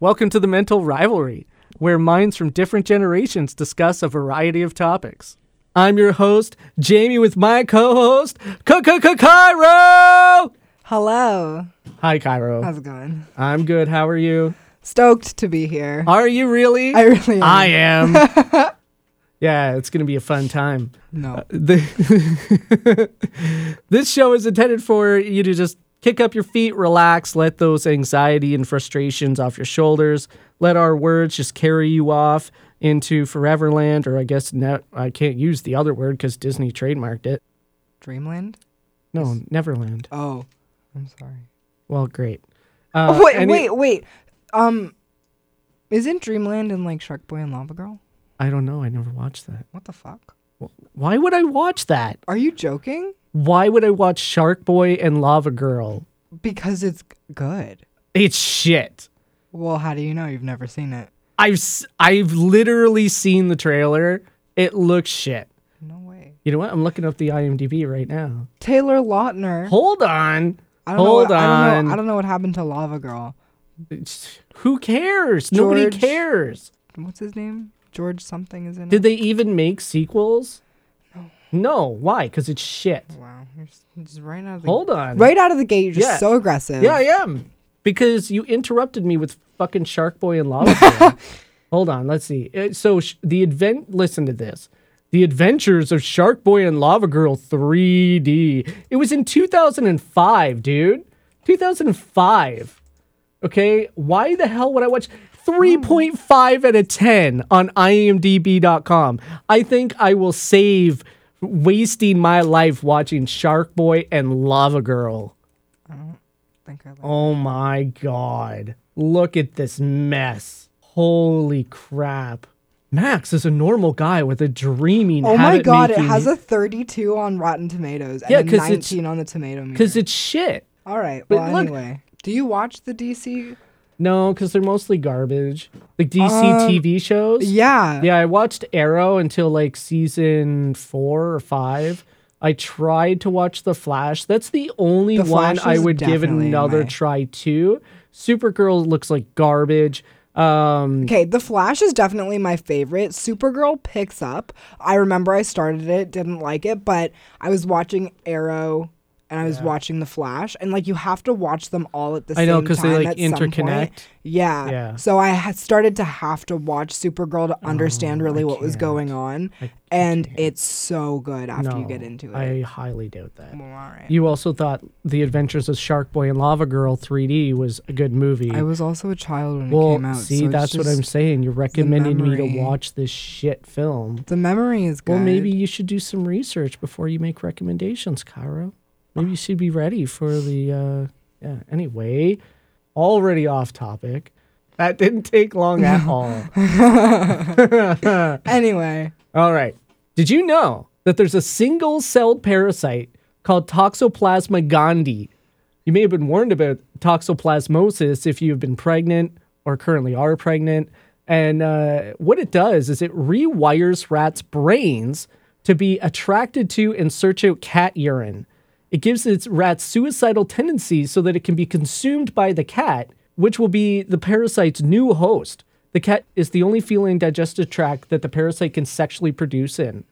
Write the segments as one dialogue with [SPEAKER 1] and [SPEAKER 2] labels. [SPEAKER 1] Welcome to the Mental Rivalry, where minds from different generations discuss a variety of topics. I'm your host, Jamie, with my co host, Cairo!
[SPEAKER 2] Hello.
[SPEAKER 1] Hi, Cairo.
[SPEAKER 2] How's it going?
[SPEAKER 1] I'm good. How are you?
[SPEAKER 2] Stoked to be here.
[SPEAKER 1] Are you really?
[SPEAKER 2] I really am.
[SPEAKER 1] I am. yeah, it's going to be a fun time.
[SPEAKER 2] no.
[SPEAKER 1] The this show is intended for you to just kick up your feet, relax, let those anxiety and frustrations off your shoulders, let our words just carry you off into Foreverland, or I guess now I can't use the other word because Disney trademarked it.
[SPEAKER 2] Dreamland?
[SPEAKER 1] No, Neverland.
[SPEAKER 2] Oh. I'm sorry.
[SPEAKER 1] Well, great. Uh,
[SPEAKER 2] Oh, wait,
[SPEAKER 1] any-
[SPEAKER 2] wait, wait. Um Isn't Dreamland in like Shark Boy and Lava Girl?
[SPEAKER 1] I don't know. I never watched that.
[SPEAKER 2] What the fuck?
[SPEAKER 1] Why would I watch that?
[SPEAKER 2] Are you joking?
[SPEAKER 1] Why would I watch Shark Boy and Lava Girl?
[SPEAKER 2] Because it's g- good.
[SPEAKER 1] It's shit.
[SPEAKER 2] Well, how do you know? You've never seen it.
[SPEAKER 1] I've s- I've literally seen the trailer. It looks shit.
[SPEAKER 2] No way.
[SPEAKER 1] You know what? I'm looking up the IMDb right now.
[SPEAKER 2] Taylor Lautner.
[SPEAKER 1] Hold on.
[SPEAKER 2] I don't know
[SPEAKER 1] Hold
[SPEAKER 2] what- I don't,
[SPEAKER 1] on.
[SPEAKER 2] know, I don't know what happened to Lava Girl.
[SPEAKER 1] It's- Who cares? Nobody
[SPEAKER 2] George-
[SPEAKER 1] cares.
[SPEAKER 2] What's his name? George something is in
[SPEAKER 1] Did
[SPEAKER 2] it.
[SPEAKER 1] they even make sequels? No. Why? Because it's shit.
[SPEAKER 2] Wow. You're s- just right out of the
[SPEAKER 1] Hold on.
[SPEAKER 2] Right out of the gate, you're just
[SPEAKER 1] Yeah.
[SPEAKER 2] so aggressive.
[SPEAKER 1] Yeah, I am. Because you interrupted me with fucking Shark Boy and Lava Girl. Hold on, let's see. Uh, So sh- the advent. Listen to this. The Adventures of Shark Boy and Lava Girl 3D. It was in 2005, dude. 2005. Okay, why the hell would I watch 3.5 out of 10 on IMDb.com? I think I will save wasting my life watching Shark Boy and Lava Girl.
[SPEAKER 2] think I like
[SPEAKER 1] Oh my god. Look at this mess. Holy crap. Max is a normal guy with a dreaming
[SPEAKER 2] Oh my
[SPEAKER 1] habit
[SPEAKER 2] god, it
[SPEAKER 1] making-
[SPEAKER 2] has a 32 on Rotten Tomatoes and
[SPEAKER 1] Yeah,
[SPEAKER 2] a
[SPEAKER 1] 'cause it's-
[SPEAKER 2] 19 on the tomato meter.
[SPEAKER 1] cuz it's shit.
[SPEAKER 2] All right,
[SPEAKER 1] but
[SPEAKER 2] well
[SPEAKER 1] look-
[SPEAKER 2] anyway, do you watch the DC?
[SPEAKER 1] No, cuz they're mostly garbage. Like DC TV shows.
[SPEAKER 2] Um, Yeah.
[SPEAKER 1] Yeah, I watched Arrow until like season 4 or 5. I tried to watch The Flash. That's the only
[SPEAKER 2] The
[SPEAKER 1] one
[SPEAKER 2] Flash
[SPEAKER 1] I
[SPEAKER 2] is
[SPEAKER 1] would give
[SPEAKER 2] definitely
[SPEAKER 1] another
[SPEAKER 2] my-
[SPEAKER 1] try to. Supergirl looks like garbage. Um
[SPEAKER 2] Okay, The Flash is definitely my favorite. Supergirl picks up. I remember I started it, didn't like it, but I was watching Arrow and I was watching The Flash and like you have to watch them all at the
[SPEAKER 1] I
[SPEAKER 2] same time.
[SPEAKER 1] know, 'cause they, like,
[SPEAKER 2] at some point.
[SPEAKER 1] interconnect.
[SPEAKER 2] Yeah.
[SPEAKER 1] Yeah.
[SPEAKER 2] So I had started to have to watch Supergirl to
[SPEAKER 1] Oh,
[SPEAKER 2] understand really what was going on and it's so good after you
[SPEAKER 1] no,
[SPEAKER 2] get into it.
[SPEAKER 1] I highly doubt that.
[SPEAKER 2] Well, all right.
[SPEAKER 1] You also thought The Adventures of Shark Boy and Lava Girl 3D was a good movie.
[SPEAKER 2] I was also a child when
[SPEAKER 1] well,
[SPEAKER 2] it came out.
[SPEAKER 1] see,
[SPEAKER 2] so it's
[SPEAKER 1] that's what
[SPEAKER 2] just-
[SPEAKER 1] I'm saying. You recommended me to
[SPEAKER 2] memory.
[SPEAKER 1] watch this shit film.
[SPEAKER 2] The memory is good.
[SPEAKER 1] Well, maybe you should do some research before you make recommendations, Cairo. Maybe you should be ready for the. Uh, yeah. Anyway, already off topic. That didn't take long at all.
[SPEAKER 2] Anyway,
[SPEAKER 1] All right. Did you know that there's a single celled parasite called Toxoplasma gondii? You may have been warned about toxoplasmosis if you've been pregnant or currently are pregnant. And uh, what it does is it rewires rats' brains to be attracted to and search out cat urine. It gives its rats suicidal tendencies so that it can be consumed by the cat, which will be the parasite's new host. The cat is the only feline digestive tract that the parasite can sexually produce in.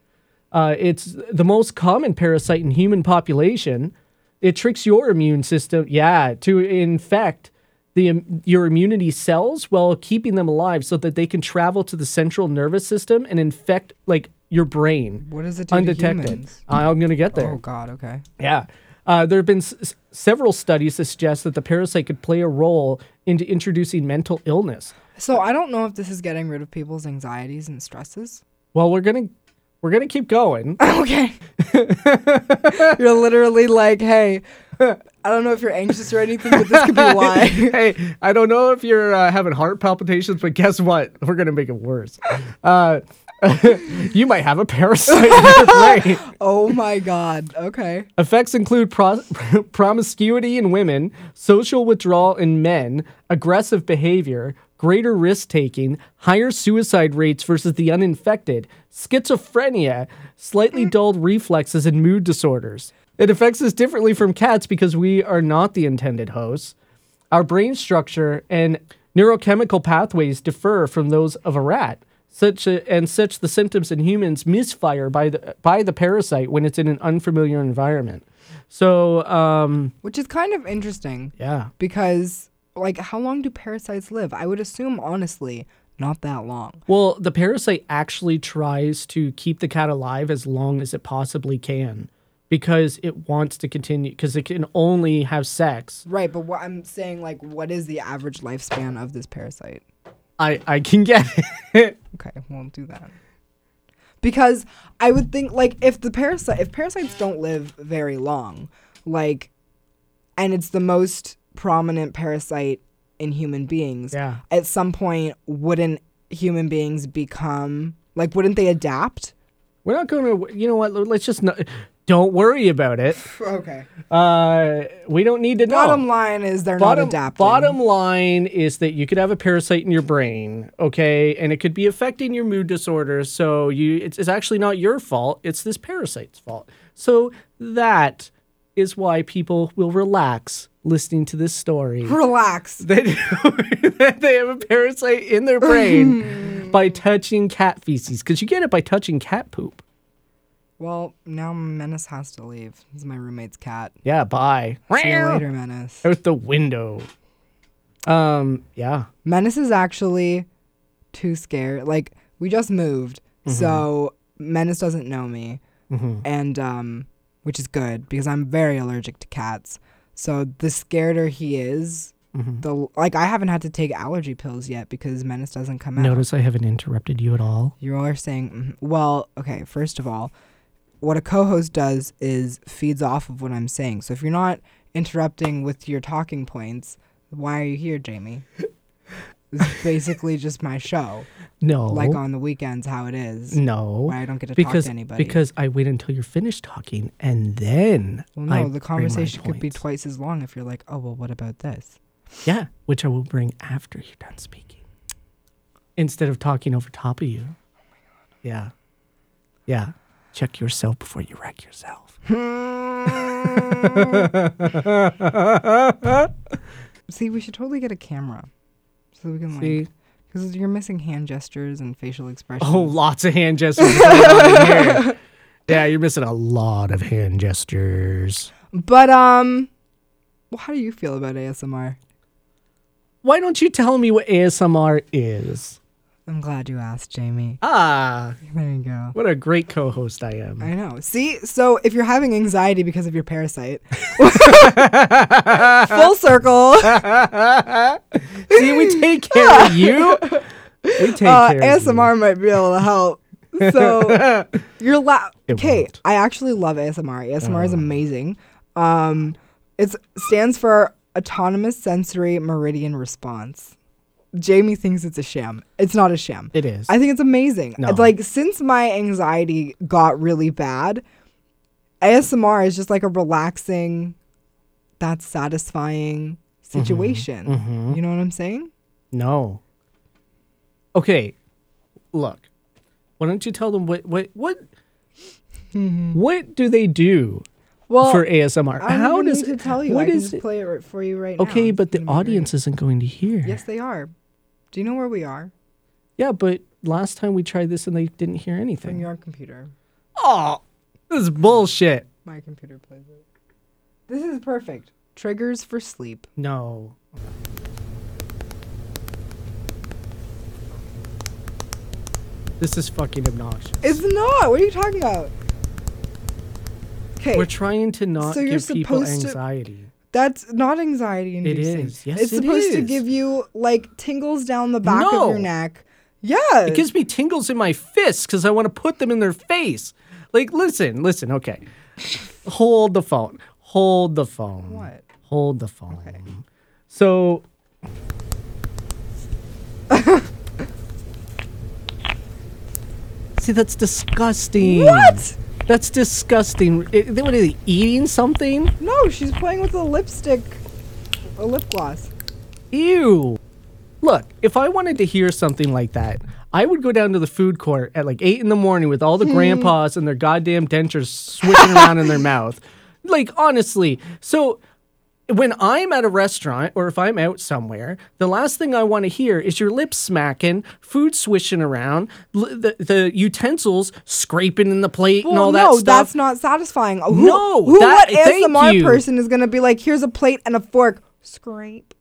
[SPEAKER 1] Uh, it's the most common parasite in human population. It tricks your immune system, yeah, to infect the im- your immunity cells while keeping them alive, so that they can travel to the central nervous system and infect like your brain
[SPEAKER 2] what does it do to
[SPEAKER 1] undetected.
[SPEAKER 2] humans?
[SPEAKER 1] I'm gonna get there.
[SPEAKER 2] Oh God. Okay.
[SPEAKER 1] Yeah. Uh, there have been s- s- several studies that suggest that the parasite could play a role into introducing mental illness.
[SPEAKER 2] So I don't know if this is getting rid of people's anxieties and stresses.
[SPEAKER 1] Well, we're gonna we're gonna keep going.
[SPEAKER 2] okay. You're literally like, hey, I don't know if you're anxious or anything, but this could be why.
[SPEAKER 1] hey, I don't know if you're uh, having heart palpitations, but guess what? We're gonna make it worse. Uh, you might have a parasite in your brain.
[SPEAKER 2] oh my God. Okay.
[SPEAKER 1] Effects include pro- promiscuity in women, social withdrawal in men, aggressive behavior, greater risk taking, higher suicide rates versus the uninfected, schizophrenia, slightly dulled reflexes, and mood disorders. It affects us differently from cats because we are not the intended hosts. Our brain structure and Neurochemical pathways differ from those of a rat, such a, and such the symptoms in humans misfire by the by the parasite when it's in an unfamiliar environment. So, um,
[SPEAKER 2] which is kind of interesting
[SPEAKER 1] yeah,
[SPEAKER 2] because, like, how long do parasites live? I would assume, honestly, not that long.
[SPEAKER 1] Well, the parasite actually tries to keep the cat alive as long as it possibly can because it wants to continue because it can only have sex.
[SPEAKER 2] Right, but what I'm saying, like, what is the average lifespan of this parasite?
[SPEAKER 1] I I can get it.
[SPEAKER 2] Okay, won't do that. Because I would think like if the parasite if parasites don't live very long, like and it's the most prominent parasite in human beings,
[SPEAKER 1] Yeah.
[SPEAKER 2] at some point wouldn't human beings become like wouldn't they adapt?
[SPEAKER 1] We're not going to you know what let's just not, don't worry about it.
[SPEAKER 2] Okay.
[SPEAKER 1] Uh we don't need to know.
[SPEAKER 2] Bottom line is they're not adapting.
[SPEAKER 1] bottom line is that you could have a parasite in your brain, okay, and it could be affecting your mood disorder. So you, it's, it's actually not your fault; it's this parasite's fault. So that is why people will relax listening to this story.
[SPEAKER 2] Relax.
[SPEAKER 1] They, that they have a parasite in their brain by touching cat feces because you get it by touching cat poop.
[SPEAKER 2] Well, now Menace has to leave. This is my roommate's cat.
[SPEAKER 1] Yeah, bye.
[SPEAKER 2] See you later, Menace.
[SPEAKER 1] Out the window. Um. Yeah.
[SPEAKER 2] Menace is actually too scared. Like we just moved, so Menace doesn't know me, and um, which is good because I'm very allergic to cats. So the scareder he is, the like I haven't had to take allergy pills yet because Menace doesn't come out.
[SPEAKER 1] Notice I haven't interrupted you at all.
[SPEAKER 2] You all are saying, mhm. well, okay, first of all, what a co host does is feeds off of what I'm saying. So if you're not interrupting with your talking points, why are you here, Jamie? It's basically just my show,
[SPEAKER 1] No.
[SPEAKER 2] like on the weekends, how it is.
[SPEAKER 1] no.
[SPEAKER 2] Why I don't get to talk
[SPEAKER 1] Because
[SPEAKER 2] to anybody.
[SPEAKER 1] because I wait until you're finished talking and then I
[SPEAKER 2] well, no,
[SPEAKER 1] bring my
[SPEAKER 2] the conversation could be
[SPEAKER 1] points.
[SPEAKER 2] twice as long if you're like, oh, well, what about this?
[SPEAKER 1] yeah, which I will bring after you're done speaking, instead of talking over top of you.
[SPEAKER 2] Oh
[SPEAKER 1] Yeah, yeah. Check yourself before you wreck yourself.
[SPEAKER 2] See, we should totally get a camera so we can,
[SPEAKER 1] See?
[SPEAKER 2] like, because you're missing hand gestures and facial expressions.
[SPEAKER 1] Oh, lots of hand gestures. going on in here. Yeah, you're missing a lot of hand gestures.
[SPEAKER 2] But um, well, how do you feel about ASMR?
[SPEAKER 1] Why don't you tell me what ASMR is?
[SPEAKER 2] I'm glad you asked, Jamie.
[SPEAKER 1] Ah,
[SPEAKER 2] There you go.
[SPEAKER 1] what a great co-host I am.
[SPEAKER 2] I know. See, so if you're having anxiety because of your parasite, full circle.
[SPEAKER 1] See, we take care of you. We take
[SPEAKER 2] Uh,
[SPEAKER 1] care of you.
[SPEAKER 2] ASMR might be able to help. So you're la-
[SPEAKER 1] It
[SPEAKER 2] okay.
[SPEAKER 1] won't. Uh.
[SPEAKER 2] I actually love ASMR. ASMR is amazing. Um, it stands for Autonomous Sensory Meridian Response. Jamie thinks it's a sham. It's not a sham.
[SPEAKER 1] It is.
[SPEAKER 2] I think it's amazing.
[SPEAKER 1] No.
[SPEAKER 2] It's Like since my anxiety got really bad, ASMR is just like a relaxing, that's satisfying
[SPEAKER 1] Mm-hmm.
[SPEAKER 2] situation. You know what I'm saying?
[SPEAKER 1] no. Okay, look. Why don't you tell them what what what what do they do
[SPEAKER 2] Mm-hmm. Well,
[SPEAKER 1] for ASMR?
[SPEAKER 2] I don't
[SPEAKER 1] How
[SPEAKER 2] even
[SPEAKER 1] does
[SPEAKER 2] need
[SPEAKER 1] it
[SPEAKER 2] to tell you?
[SPEAKER 1] What
[SPEAKER 2] I can
[SPEAKER 1] is
[SPEAKER 2] just
[SPEAKER 1] it?
[SPEAKER 2] play it right for you right now.
[SPEAKER 1] Okay, but
[SPEAKER 2] It's
[SPEAKER 1] the
[SPEAKER 2] gonna be great.
[SPEAKER 1] audience isn't going to hear.
[SPEAKER 2] Yes, they are. Do you know where we are?
[SPEAKER 1] Yeah, but last time we tried this and they didn't hear
[SPEAKER 2] On
[SPEAKER 1] anything.
[SPEAKER 2] your computer.
[SPEAKER 1] Oh, this is bullshit.
[SPEAKER 2] My computer plays it. This is perfect. Triggers for sleep.
[SPEAKER 1] No. This is fucking obnoxious.
[SPEAKER 2] It's not. What are you talking about? Okay.
[SPEAKER 1] We're trying to not
[SPEAKER 2] So you're
[SPEAKER 1] give people
[SPEAKER 2] supposed to- Uh,
[SPEAKER 1] anxiety.
[SPEAKER 2] That's not anxiety
[SPEAKER 1] It
[SPEAKER 2] inducing.
[SPEAKER 1] is. Yes,
[SPEAKER 2] it's
[SPEAKER 1] it
[SPEAKER 2] supposed to
[SPEAKER 1] is.
[SPEAKER 2] give you like tingles down the back of
[SPEAKER 1] No.
[SPEAKER 2] your neck. Yeah.
[SPEAKER 1] It gives me tingles in my fists because I want to put them in their face. Like, listen, listen, okay. Hold the phone. Hold the phone.
[SPEAKER 2] What?
[SPEAKER 1] Hold the phone. So. See, that's disgusting.
[SPEAKER 2] What?
[SPEAKER 1] That's disgusting. It, what are they eating something?
[SPEAKER 2] No, she's playing with a lipstick, a lip gloss.
[SPEAKER 1] Ew. Look, if I wanted to hear something like that, I would go down to the food court at like eight in the morning with
[SPEAKER 2] Hmm.
[SPEAKER 1] all the grandpas and their goddamn dentures swishing around in their mouth. Like honestly, so when I'm at a restaurant or if I'm out somewhere, the last thing I want to hear is your lips smacking, food swishing around, l- the, the utensils scraping in the plate and all that
[SPEAKER 2] no,
[SPEAKER 1] stuff.
[SPEAKER 2] that's not satisfying. Who,
[SPEAKER 1] No,
[SPEAKER 2] who
[SPEAKER 1] that-
[SPEAKER 2] what ASMR
[SPEAKER 1] thank you.
[SPEAKER 2] person is gonna be like? Here's a plate and a fork. Scrape.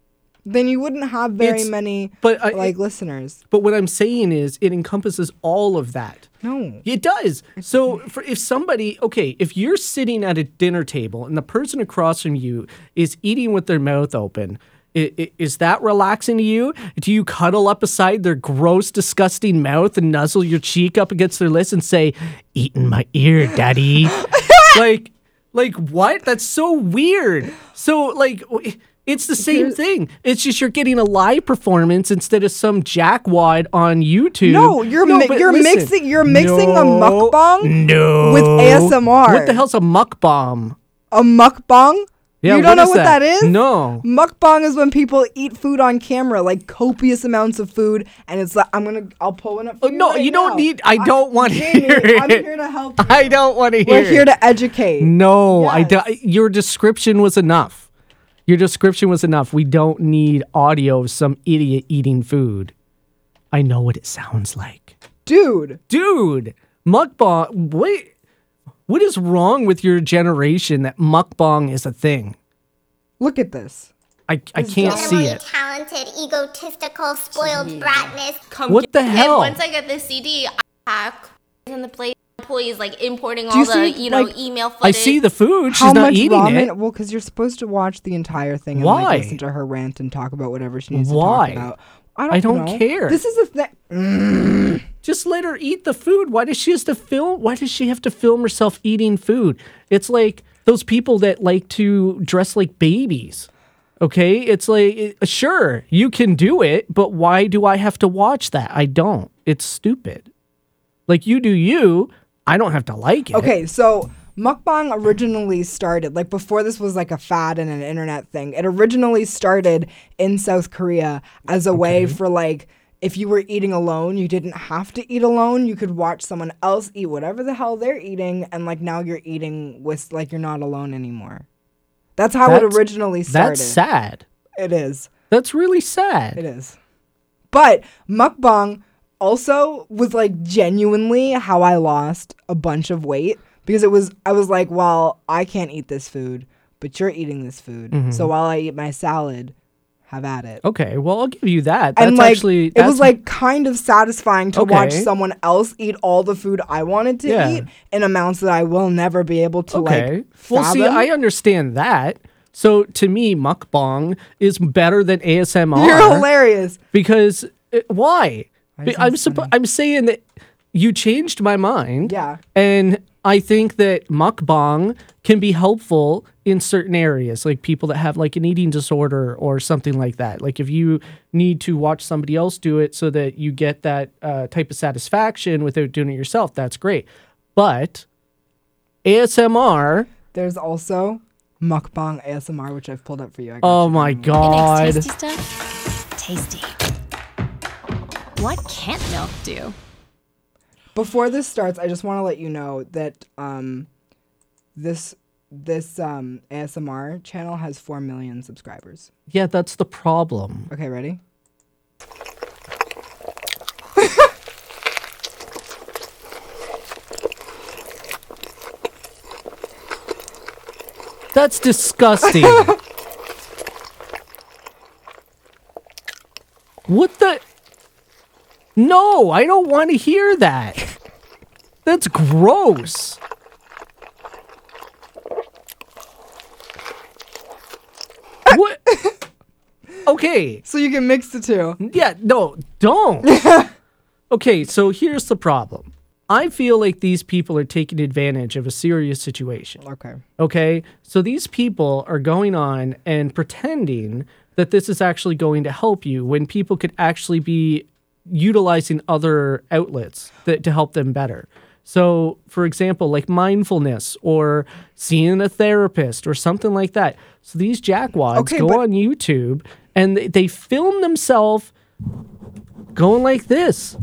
[SPEAKER 2] Then you wouldn't have very
[SPEAKER 1] It's-
[SPEAKER 2] many
[SPEAKER 1] but uh, I-
[SPEAKER 2] like listeners.
[SPEAKER 1] But what I'm saying is, it encompasses all of that.
[SPEAKER 2] No.
[SPEAKER 1] It does. So for, if somebody, okay, if you're sitting at a dinner table and the person across from you is eating with their mouth open, i- i- is that relaxing to you? Do you cuddle up beside their gross, disgusting mouth and nuzzle your cheek up against their lips and say, "Eating my ear, daddy"? like, like what? That's so weird. So like. w- It's the same thing. It's just you're getting a live performance instead of some jackwad on YouTube.
[SPEAKER 2] No, you're mi-
[SPEAKER 1] but
[SPEAKER 2] you're
[SPEAKER 1] listen.
[SPEAKER 2] mixing- you're mixing a mukbang
[SPEAKER 1] no,
[SPEAKER 2] with ASMR.
[SPEAKER 1] What the hell's a mukbang?
[SPEAKER 2] A mukbang.
[SPEAKER 1] Yeah,
[SPEAKER 2] you don't know
[SPEAKER 1] is
[SPEAKER 2] what that is?
[SPEAKER 1] No.
[SPEAKER 2] Mukbang is when people eat food on camera, like copious amounts of food, and it's like I'm gonna I'll pull one up. For
[SPEAKER 1] Oh, no,
[SPEAKER 2] right
[SPEAKER 1] you don't
[SPEAKER 2] now.
[SPEAKER 1] need- I don't wanna
[SPEAKER 2] Jamie,
[SPEAKER 1] hear
[SPEAKER 2] I'm
[SPEAKER 1] it.
[SPEAKER 2] here to help. You.
[SPEAKER 1] I don't want to hear.
[SPEAKER 2] We're here
[SPEAKER 1] it.
[SPEAKER 2] to educate.
[SPEAKER 1] No, I
[SPEAKER 2] Yes.
[SPEAKER 1] don't. Your description was enough. Your description was enough. We don't need audio of some idiot eating food. I know what it sounds like,
[SPEAKER 2] Dude,
[SPEAKER 1] dude. Mukbang. Wait, what is wrong with your generation that mukbang is a thing?
[SPEAKER 2] look at this.
[SPEAKER 1] I I can't see
[SPEAKER 3] Animally
[SPEAKER 1] it.
[SPEAKER 3] talented, egotistical, spoiled bratness.
[SPEAKER 4] Come
[SPEAKER 1] Mm-hmm. What
[SPEAKER 4] get
[SPEAKER 1] the
[SPEAKER 4] it.
[SPEAKER 1] hell?
[SPEAKER 4] And once I get this CD, I hack in the place employees like importing
[SPEAKER 2] you
[SPEAKER 4] all the
[SPEAKER 2] see,
[SPEAKER 4] you know
[SPEAKER 2] like,
[SPEAKER 4] email footage.
[SPEAKER 1] I see the food. She's
[SPEAKER 2] How
[SPEAKER 1] not
[SPEAKER 2] much
[SPEAKER 1] eating
[SPEAKER 2] ramen?
[SPEAKER 1] it.
[SPEAKER 2] Well, because you're supposed to watch the entire thing and
[SPEAKER 1] Why?
[SPEAKER 2] like, listen to her rant and talk about whatever she needs
[SPEAKER 1] Why?
[SPEAKER 2] to talk about. I don't,
[SPEAKER 1] I don't
[SPEAKER 2] know.
[SPEAKER 1] care.
[SPEAKER 2] This is a thing.
[SPEAKER 1] just let her eat the food. Why does she have to film? Why does she have to film herself eating food? It's like those people that like to dress like babies. Okay, it's like it- sure you can do it, but why do I have to watch that? I don't. It's stupid. Like you do you. I don't have to like it.
[SPEAKER 2] Okay, so mukbang originally started like before this was like a fad and an internet thing. It originally started in South Korea as a way for like if you were eating alone, you didn't have to eat alone. You could watch someone else eat whatever the hell they're eating, and like now you're eating with like you're not alone anymore. That's how it
[SPEAKER 1] That's-
[SPEAKER 2] originally started.
[SPEAKER 1] that's sad.
[SPEAKER 2] It is.
[SPEAKER 1] That's really sad.
[SPEAKER 2] It is. But mukbang also was like genuinely how I lost a bunch of weight because it was I was like, well, I can't eat this food, but you're eating this food.
[SPEAKER 1] Mm-hmm.
[SPEAKER 2] So while I eat my salad, have at it.
[SPEAKER 1] Okay, well I'll give you that. Oh, That's
[SPEAKER 2] and like
[SPEAKER 1] actually
[SPEAKER 2] it was
[SPEAKER 1] that's-
[SPEAKER 2] like kind of satisfying to watch
[SPEAKER 1] Okay.
[SPEAKER 2] someone else eat all the food I wanted to
[SPEAKER 1] Yeah.
[SPEAKER 2] eat in amounts that I will never be able to
[SPEAKER 1] Okay.
[SPEAKER 2] like.
[SPEAKER 1] well, see,
[SPEAKER 2] fathom.
[SPEAKER 1] I understand that. So to me, mukbang is better than ASMR.
[SPEAKER 2] you're hilarious.
[SPEAKER 1] Because it, why? Be- I'm suppo- I'm saying that you changed my mind.
[SPEAKER 2] Yeah.
[SPEAKER 1] And I think that mukbang can be helpful in certain areas, like people that have like an eating disorder or something like that. Like if you need to watch somebody else do it so that you get that uh, type of satisfaction without doing it yourself, that's great. But ASMR.
[SPEAKER 2] There's also mukbang ASMR, which I've pulled up for you. I got
[SPEAKER 1] Oh
[SPEAKER 2] you.
[SPEAKER 1] my
[SPEAKER 5] It
[SPEAKER 1] god.
[SPEAKER 5] makes tasty stuff tasty. What can't milk do?
[SPEAKER 2] before this starts, I just want to let you know that um, this this um, ASMR channel has four million subscribers.
[SPEAKER 1] Yeah, that's the problem.
[SPEAKER 2] Okay, ready?
[SPEAKER 1] That's disgusting. what the No, I don't want to hear that. That's gross. What? Okay.
[SPEAKER 2] So you can mix the two.
[SPEAKER 1] Yeah, no, don't. okay, so here's the problem. I feel like these people are taking advantage of a serious situation.
[SPEAKER 2] Okay.
[SPEAKER 1] Okay, so these people are going on and pretending that this is actually going to help you when people could actually be utilizing other outlets that, to help them better. So, for example, like mindfulness or seeing a therapist or something like that. So these jackwads
[SPEAKER 2] Okay,
[SPEAKER 1] go
[SPEAKER 2] but-
[SPEAKER 1] on YouTube and they, they film themselves going like this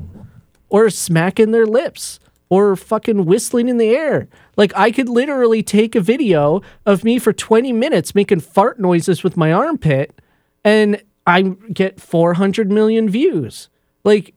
[SPEAKER 1] or smacking their lips or fucking whistling in the air. Like I could literally take a video of me for 20 minutes making fart noises with my armpit and I get 400 million views. Like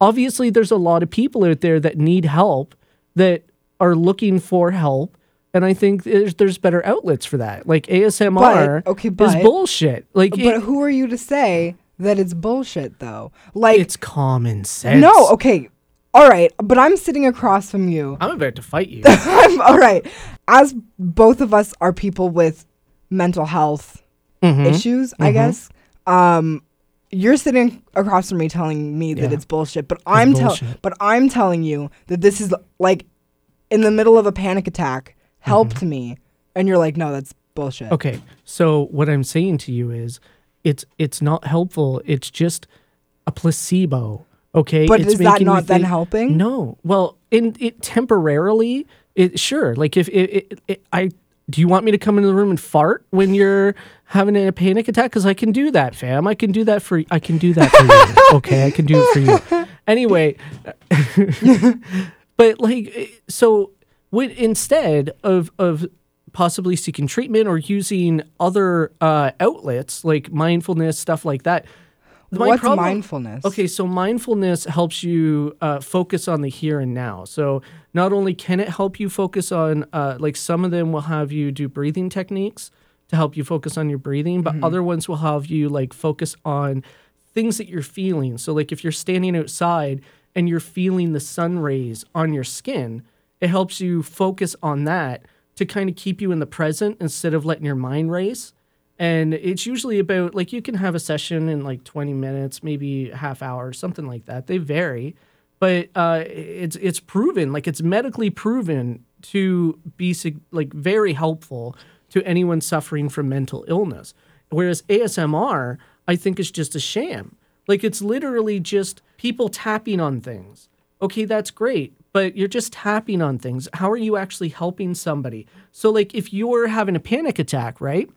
[SPEAKER 1] obviously there's a lot of people out there that need help that are looking for help and I think there's, there's better outlets for that. Like ASMR
[SPEAKER 2] But- okay,
[SPEAKER 1] is
[SPEAKER 2] but-
[SPEAKER 1] bullshit. Like
[SPEAKER 2] But
[SPEAKER 1] it-
[SPEAKER 2] who are you to say that it's bullshit though? Like
[SPEAKER 1] it's common sense.
[SPEAKER 2] no, okay. All right, but I'm sitting across from you.
[SPEAKER 1] I'm about to fight you.
[SPEAKER 2] I'm all right. As both of us are people with mental health
[SPEAKER 1] Mm-hmm.
[SPEAKER 2] issues, I guess. Um you're sitting across from me telling me that
[SPEAKER 1] Yeah.
[SPEAKER 2] it's bullshit, but I'm telling
[SPEAKER 1] bullshit.
[SPEAKER 2] but I'm telling you that this is like in the middle of a panic attack helped me and you're like no, that's bullshit.
[SPEAKER 1] Mm-hmm. Okay. So what I'm saying to you is it's it's not helpful. It's just a placebo. Okay.
[SPEAKER 2] But
[SPEAKER 1] It's
[SPEAKER 2] is that
[SPEAKER 1] making you
[SPEAKER 2] not then
[SPEAKER 1] think-
[SPEAKER 2] helping?
[SPEAKER 1] No. Well, in it temporarily, it sure. Like if it, it, it I do you want me to come into the room and fart when you're having a panic attack? Because I can do that, fam. I can do that for I can do that for you. Okay, I can do it for you. Anyway, but like eh, so when, instead of of possibly seeking treatment or using other uh, outlets like mindfulness stuff like that my
[SPEAKER 2] What's
[SPEAKER 1] problem-
[SPEAKER 2] mindfulness?
[SPEAKER 1] okay so mindfulness helps you uh, focus on the here and now so not only can it help you focus on uh, like some of them will have you do breathing techniques to help you focus on your breathing but other ones will have you like focus on things that you're feeling so like if you're standing outside and you're feeling the sun rays on your skin it helps you focus on that to kind of keep you in the present instead of letting your mind race and it's usually about like you can have a session in like 20 minutes maybe half hour something like that they vary but uh, it's it's proven like it's medically proven to be sig- like very helpful to anyone suffering from mental illness whereas asmr i think is just a sham like it's literally just people tapping on things okay, that's great, but you're just tapping on things. How are you actually helping somebody? So, like, if you're having a panic attack, right?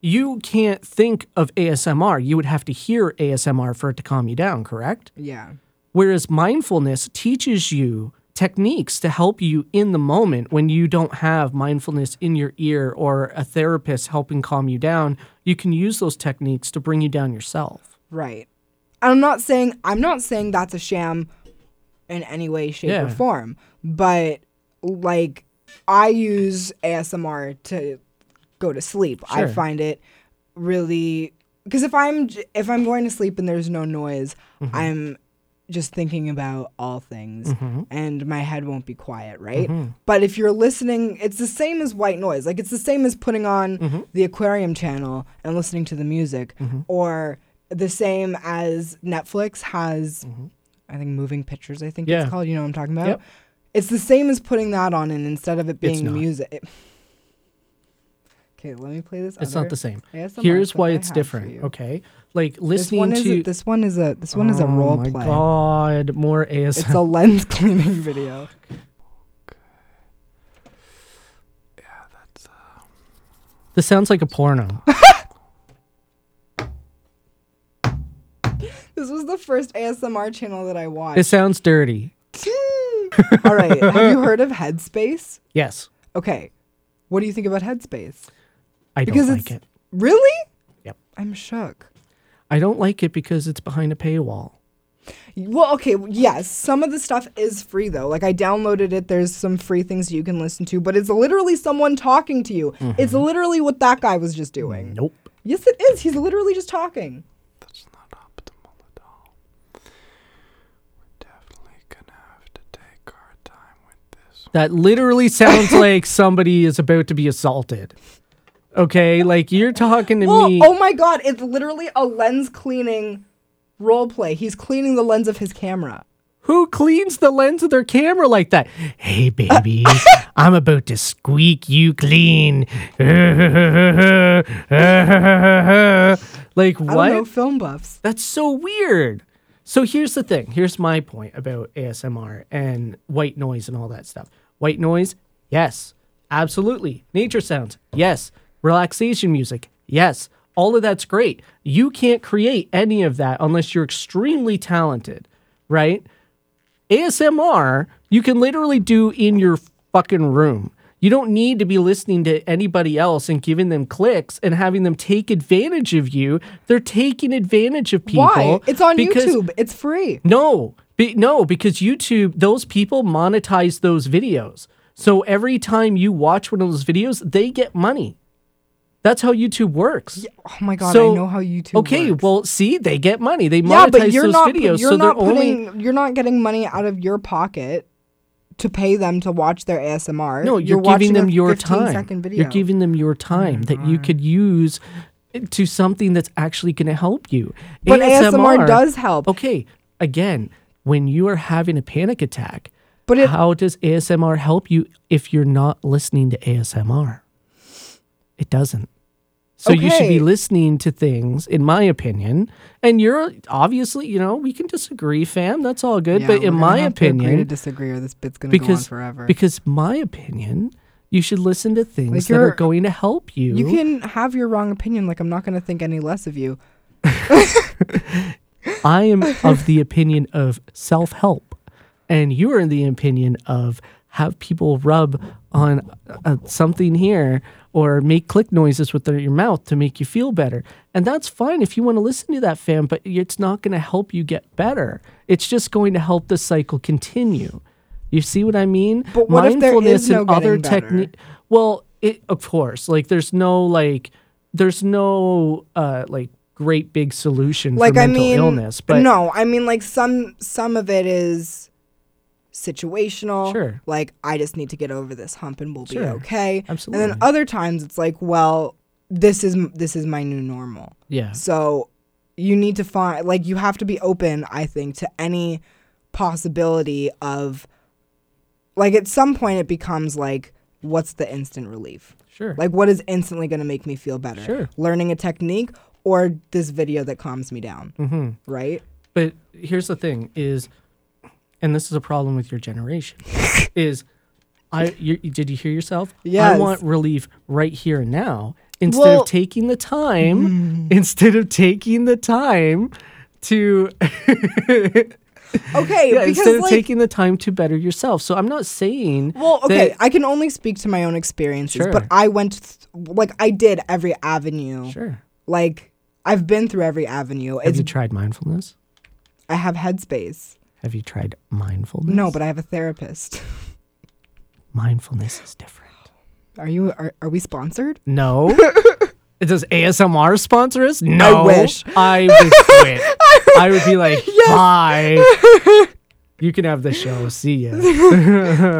[SPEAKER 1] You can't think of ASMR. You would have to hear ASMR for it to calm you down, correct?
[SPEAKER 2] Yeah.
[SPEAKER 1] Whereas mindfulness teaches you techniques to help you in the moment when you don't have mindfulness in your ear or a therapist helping calm you down. You can use those techniques to bring you down yourself.
[SPEAKER 2] Right. I'm not saying I'm not saying that's a sham in any way, shape,
[SPEAKER 1] Yeah.
[SPEAKER 2] or form. But like I use ASMR to go to sleep. I
[SPEAKER 1] Sure.
[SPEAKER 2] find it really because if I'm j- if I'm going to sleep and there's no noise,
[SPEAKER 1] Mm-hmm.
[SPEAKER 2] I'm just thinking about all things
[SPEAKER 1] Mm-hmm.
[SPEAKER 2] and my head won't be quiet, right? But if you're listening, it's the same as white noise. Like it's the same as putting on
[SPEAKER 1] Mm-hmm.
[SPEAKER 2] the aquarium channel and listening to the music or the same as Netflix has I think moving pictures I think
[SPEAKER 1] Mm-hmm. Yeah.
[SPEAKER 2] it's called, you know what I'm talking about?
[SPEAKER 1] Yep.
[SPEAKER 2] It's the same as putting that on and instead of it
[SPEAKER 1] It's
[SPEAKER 2] being
[SPEAKER 1] not.
[SPEAKER 2] music. Okay, let me play this
[SPEAKER 1] It's
[SPEAKER 2] other
[SPEAKER 1] not the same.
[SPEAKER 2] ASMR
[SPEAKER 1] Here's
[SPEAKER 2] clip
[SPEAKER 1] why
[SPEAKER 2] I
[SPEAKER 1] it's
[SPEAKER 2] have for
[SPEAKER 1] different.
[SPEAKER 2] you.
[SPEAKER 1] Okay. Like
[SPEAKER 2] This
[SPEAKER 1] listening
[SPEAKER 2] one is
[SPEAKER 1] to
[SPEAKER 2] a, this one is a this one is a role
[SPEAKER 1] oh my
[SPEAKER 2] play.
[SPEAKER 1] god, more ASMR.
[SPEAKER 2] It's a lens cleaning video.
[SPEAKER 1] this sounds like a porno.
[SPEAKER 2] This was the first ASMR channel that I
[SPEAKER 1] it
[SPEAKER 2] watched.
[SPEAKER 1] sounds dirty.
[SPEAKER 2] All right, have you heard of Headspace?
[SPEAKER 1] Yes,
[SPEAKER 2] Okay, what do you think about Headspace?
[SPEAKER 1] I
[SPEAKER 2] Because
[SPEAKER 1] don't
[SPEAKER 2] it's
[SPEAKER 1] like it.
[SPEAKER 2] really.
[SPEAKER 1] Yep.
[SPEAKER 2] I'm shook.
[SPEAKER 1] I don't like it because it's behind a paywall.
[SPEAKER 2] Well, okay, w- yes, some of the stuff is free though. Like I downloaded it, there's some free things you can listen to, but it's literally someone talking to you. It's
[SPEAKER 1] Mm-hmm.
[SPEAKER 2] literally what that guy was just doing.
[SPEAKER 1] Nope.
[SPEAKER 2] Yes, it is. He's literally just talking.
[SPEAKER 6] That's not optimal at all. We're definitely gonna have to take our time with this.
[SPEAKER 1] That literally sounds like somebody is about to be assaulted. Okay, like you're talking to
[SPEAKER 2] Well,
[SPEAKER 1] me.
[SPEAKER 2] oh my god, it's literally a lens cleaning role play. He's cleaning the lens of his camera.
[SPEAKER 1] Who cleans the lens of their camera like that? Hey, baby, I'm about to squeak you clean. like,
[SPEAKER 2] I
[SPEAKER 1] what?
[SPEAKER 2] don't know film buffs.
[SPEAKER 1] That's so weird. So here's the thing. Here's my point about ASMR and white noise and all that stuff. White noise, yes, absolutely. Nature sounds, yes. Relaxation music, yes. All of that's great. You can't create any of that unless you're extremely talented, right? ASMR you can literally do in your fucking room. You don't need to be listening to anybody else and giving them clicks and having them take advantage of you. They're taking advantage of people.
[SPEAKER 2] Why? It's on
[SPEAKER 1] because-
[SPEAKER 2] YouTube. It's free.
[SPEAKER 1] no, be, no, because YouTube, those people monetize those videos. So every time you watch one of those videos, they get money. That's how YouTube works.
[SPEAKER 2] Oh my god,
[SPEAKER 1] So-
[SPEAKER 2] I know how YouTube.
[SPEAKER 1] Okay,
[SPEAKER 2] works.
[SPEAKER 1] well, see, they get money. They monetize
[SPEAKER 2] yeah, but you're
[SPEAKER 1] those
[SPEAKER 2] not.
[SPEAKER 1] videos,
[SPEAKER 2] you're
[SPEAKER 1] so
[SPEAKER 2] not
[SPEAKER 1] they're only
[SPEAKER 2] putting. You're not getting money out of your pocket to pay them to watch their ASMR.
[SPEAKER 1] no. You're,
[SPEAKER 2] watching
[SPEAKER 1] giving them
[SPEAKER 2] a
[SPEAKER 1] your
[SPEAKER 2] 15
[SPEAKER 1] time.
[SPEAKER 2] second video. Mm-hmm.
[SPEAKER 1] You're giving them your time that you could use to something that's actually going to help you.
[SPEAKER 2] But ASMR does help.
[SPEAKER 1] Okay, again, when you are having a panic attack,
[SPEAKER 2] But it-
[SPEAKER 1] how does ASMR help you if you're not listening to ASMR? It doesn't. So you should
[SPEAKER 2] Okay.
[SPEAKER 1] be listening to things, in my opinion. And you're obviously, you know, we can disagree, fam. That's all good.
[SPEAKER 2] Yeah,
[SPEAKER 1] but
[SPEAKER 2] we're
[SPEAKER 1] in
[SPEAKER 2] gonna
[SPEAKER 1] my
[SPEAKER 2] have to agree to
[SPEAKER 1] opinion,
[SPEAKER 2] disagree, or this bit's gonna go on
[SPEAKER 1] because
[SPEAKER 2] forever.
[SPEAKER 1] because my opinion, you should listen to things that are
[SPEAKER 2] you're-
[SPEAKER 1] going to help you.
[SPEAKER 2] you can have your wrong opinion. Like I'm not gonna think any less of you.
[SPEAKER 1] I am of the opinion of self help, and you are in the opinion of have people rub on uh, something here or make click noises with their, your mouth to make you feel better. And that's fine if you want to listen to that, fam, but it's not going to help you get better. It's just going to help the cycle continue. You see what I mean?
[SPEAKER 2] But what if there is no getting better?
[SPEAKER 1] techni- well, it of course, like there's no like there's no uh like great big solution
[SPEAKER 2] Like
[SPEAKER 1] for
[SPEAKER 2] I
[SPEAKER 1] mental
[SPEAKER 2] mean,
[SPEAKER 1] illness, but
[SPEAKER 2] no, I mean like some some of it is situational.
[SPEAKER 1] Sure.
[SPEAKER 2] Like I just need to get over this hump and we'll be
[SPEAKER 1] Sure.
[SPEAKER 2] okay. And
[SPEAKER 1] Absolutely.
[SPEAKER 2] then other times it's like, well, this is this is my new normal.
[SPEAKER 1] yeah,
[SPEAKER 2] So you need to find like you have to be open, I think, to any possibility of like at some point it becomes like what's the instant relief?
[SPEAKER 1] sure,
[SPEAKER 2] Like what is instantly going to make me feel better?
[SPEAKER 1] Sure.
[SPEAKER 2] Learning a technique or this video that calms me down. Mm-hmm. Right?
[SPEAKER 1] But here's the thing: is, and this is a problem with your generation, is, I you, you- did you hear yourself? I
[SPEAKER 2] Yes.
[SPEAKER 1] want relief right here and now instead
[SPEAKER 2] Well- Mm.
[SPEAKER 1] of taking the time, instead of taking the time to
[SPEAKER 2] Okay,
[SPEAKER 1] yeah,
[SPEAKER 2] because
[SPEAKER 1] instead of
[SPEAKER 2] like
[SPEAKER 1] taking the time to better yourself. So I'm not saying
[SPEAKER 2] well, okay,
[SPEAKER 1] that-
[SPEAKER 2] I can only speak to my own experiences, but
[SPEAKER 1] Sure.
[SPEAKER 2] I went th- like I did every avenue.
[SPEAKER 1] sure.
[SPEAKER 2] Like I've been through every avenue.
[SPEAKER 1] Have
[SPEAKER 2] It's
[SPEAKER 1] you tried mindfulness?
[SPEAKER 2] I have headspace.
[SPEAKER 1] Have you tried mindfulness?
[SPEAKER 2] No, but I have a therapist.
[SPEAKER 1] mindfulness is different.
[SPEAKER 2] Are you are, are we sponsored?
[SPEAKER 1] No. It Does ASMR sponsor us? No.
[SPEAKER 2] wish.
[SPEAKER 1] I would quit. I would be like, bye. You can have the show. See ya.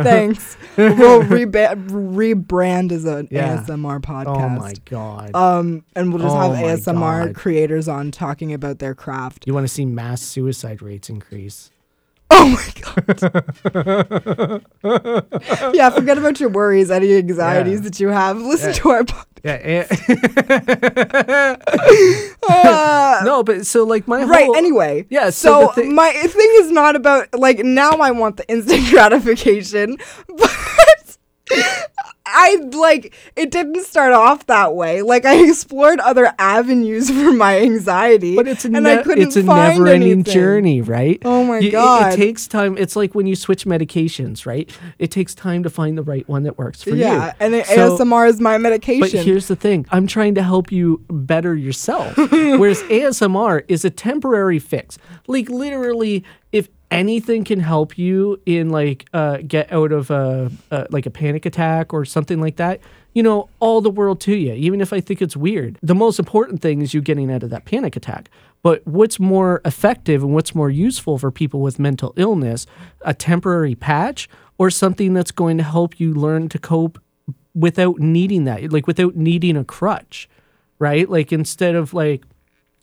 [SPEAKER 2] Thanks. we'll reba- rebrand as an
[SPEAKER 1] Yeah.
[SPEAKER 2] ASMR podcast.
[SPEAKER 1] Oh my god.
[SPEAKER 2] Um, and we'll just
[SPEAKER 1] Oh
[SPEAKER 2] have
[SPEAKER 1] my
[SPEAKER 2] ASMR
[SPEAKER 1] God.
[SPEAKER 2] creators on talking about their craft.
[SPEAKER 1] you want to see mass suicide rates increase?
[SPEAKER 2] Oh my god. yeah, forget about your worries, any anxieties
[SPEAKER 1] Yeah.
[SPEAKER 2] that you have. Listen to our podcast.
[SPEAKER 1] Yeah. no, but so like my
[SPEAKER 2] Uh, Right.
[SPEAKER 1] whole-
[SPEAKER 2] anyway.
[SPEAKER 1] Yeah, so
[SPEAKER 2] So,
[SPEAKER 1] the thi-
[SPEAKER 2] my thing is not about like now. I want the instant gratification, but I like it didn't start off that way. Like I explored other avenues for my anxiety,
[SPEAKER 1] But it's a
[SPEAKER 2] and
[SPEAKER 1] ne-
[SPEAKER 2] I couldn't
[SPEAKER 1] it's a
[SPEAKER 2] find
[SPEAKER 1] never-ending
[SPEAKER 2] anything.
[SPEAKER 1] journey, right?
[SPEAKER 2] Oh my
[SPEAKER 1] You- it-
[SPEAKER 2] God.
[SPEAKER 1] It, takes time. It's like when you switch medications, right? It takes time to find the right one that works for you.
[SPEAKER 2] Yeah, and it,
[SPEAKER 1] So-
[SPEAKER 2] ASMR is my medication.
[SPEAKER 1] But here's the thing I'm trying to help you better yourself. Whereas ASMR is a temporary fix. Like, literally, if anything can help you in like uh, get out of a, uh, like a panic attack or something like that you know all the world to you even if i think it's weird the most important thing is you getting out of that panic attack but what's more effective and what's more useful for people with mental illness a temporary patch or something that's going to help you learn to cope without needing that, like without needing a crutch, right? Like instead of like,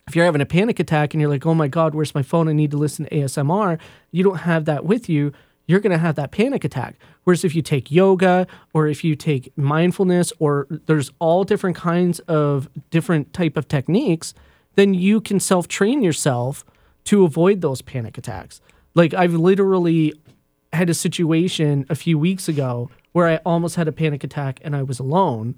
[SPEAKER 1] if you're having a panic attack and you're like, oh my God, where's my phone? I need to listen to ASMR, you don't have that with you. You're going to have that panic attack. Whereas if you take yoga or if you take mindfulness or there's all different kinds of different type of techniques, then you can self train yourself to avoid those panic attacks. Like I've literally had a situation a few weeks ago where I almost had a panic attack and I was alone.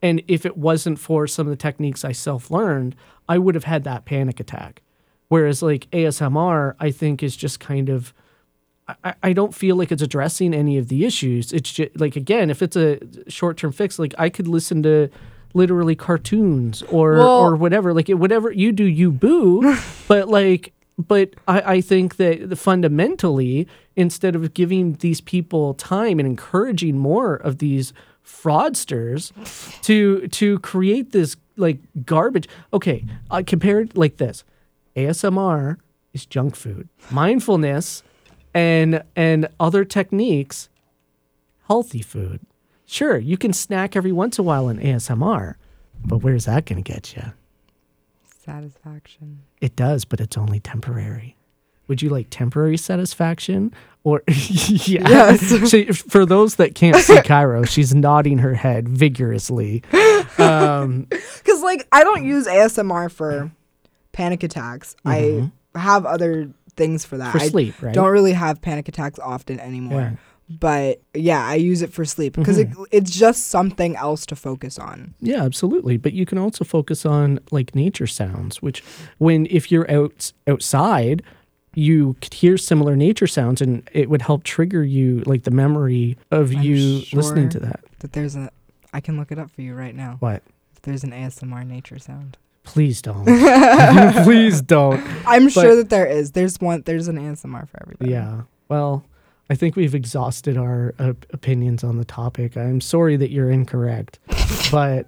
[SPEAKER 1] And if it wasn't for some of the techniques I self learned, I would have had that panic attack. Whereas, like ASMR, I think is just kind of I, I don't feel like it's addressing any of the issues. It's just like again, if it's a short term fix, like I could listen to literally cartoons or
[SPEAKER 2] Well-
[SPEAKER 1] or whatever. Like it, whatever you do, you boo. but like, but I, I think that the- fundamentally, instead of giving these people time and encouraging more of these fraudsters to to create this like garbage. Okay, I compared like this. ASMR is junk food. Mindfulness and and other techniques, healthy food. Sure, you can snack every once in a while in ASMR, but where's that going to get you?
[SPEAKER 2] Satisfaction.
[SPEAKER 1] It does, but it's only temporary. Would you like temporary satisfaction or yeah.
[SPEAKER 2] Yes.
[SPEAKER 1] She, for those that can't see Cairo, she's nodding her head vigorously.
[SPEAKER 2] Because like I don't use ASMR for panic attacks. I have other things for that.
[SPEAKER 1] Mm-hmm. For
[SPEAKER 2] I
[SPEAKER 1] sleep, right?
[SPEAKER 2] Don't really have panic attacks often anymore. But yeah, I use it for sleep because
[SPEAKER 1] Mm-hmm.
[SPEAKER 2] it, it's just something else to focus on.
[SPEAKER 1] Yeah, absolutely. But you can also focus on like nature sounds, which when if you're out outside, you could hear similar nature sounds and it would help trigger you like the memory of you listening to
[SPEAKER 2] sure.
[SPEAKER 1] that.
[SPEAKER 2] That there's a I can look it up for you right now.
[SPEAKER 1] What?
[SPEAKER 2] If there's an ASMR nature sound.
[SPEAKER 1] Please don't. Please don't.
[SPEAKER 2] I'm sure that there is. There's one there's an ASMR for everybody.
[SPEAKER 1] Yeah. Well, I think we've exhausted our uh, opinions on the topic. I'm sorry that you're incorrect, but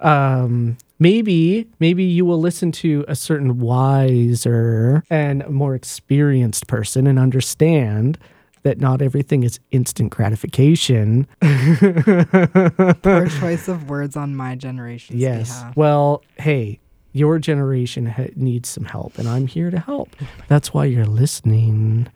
[SPEAKER 1] um, maybe maybe you will listen to a certain wiser and more experienced person and understand that not everything is instant gratification.
[SPEAKER 2] Poor choice of words on my generation's
[SPEAKER 1] Yes.
[SPEAKER 2] behalf.
[SPEAKER 1] Well, hey, your generation ha- needs some help, and I'm here to help. That's why you're listening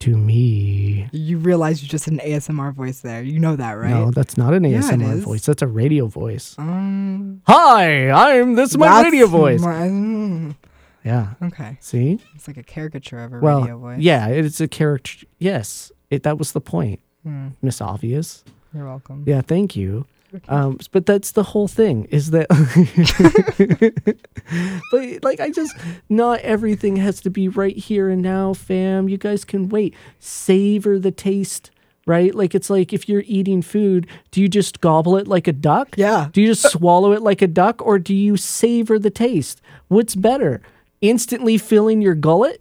[SPEAKER 1] to me.
[SPEAKER 2] You realize you just had an ASMR voice there. You know that, right?
[SPEAKER 1] No, that's not an
[SPEAKER 2] it
[SPEAKER 1] ASMR
[SPEAKER 2] is.
[SPEAKER 1] voice. That's a radio voice.
[SPEAKER 2] Um,
[SPEAKER 1] Hi, I'm this is my
[SPEAKER 2] that's
[SPEAKER 1] radio voice.
[SPEAKER 2] my- mm,
[SPEAKER 1] yeah.
[SPEAKER 2] okay.
[SPEAKER 1] See?
[SPEAKER 2] It's like a caricature of a
[SPEAKER 1] Well,
[SPEAKER 2] radio voice.
[SPEAKER 1] yeah, it's a character. Yes, it, that was the point.
[SPEAKER 2] Mm,
[SPEAKER 1] Miss Obvious.
[SPEAKER 2] you're welcome.
[SPEAKER 1] Yeah, thank you. Um, but that's the whole thing is that, but like, I just, not everything has to be right here and now, fam. You guys can wait, savor the taste, right? Like, it's like if you're eating food, do you just gobble it like a duck?
[SPEAKER 2] Yeah.
[SPEAKER 1] Do you just swallow it like a duck or do you savor the taste? What's better, instantly filling your gullet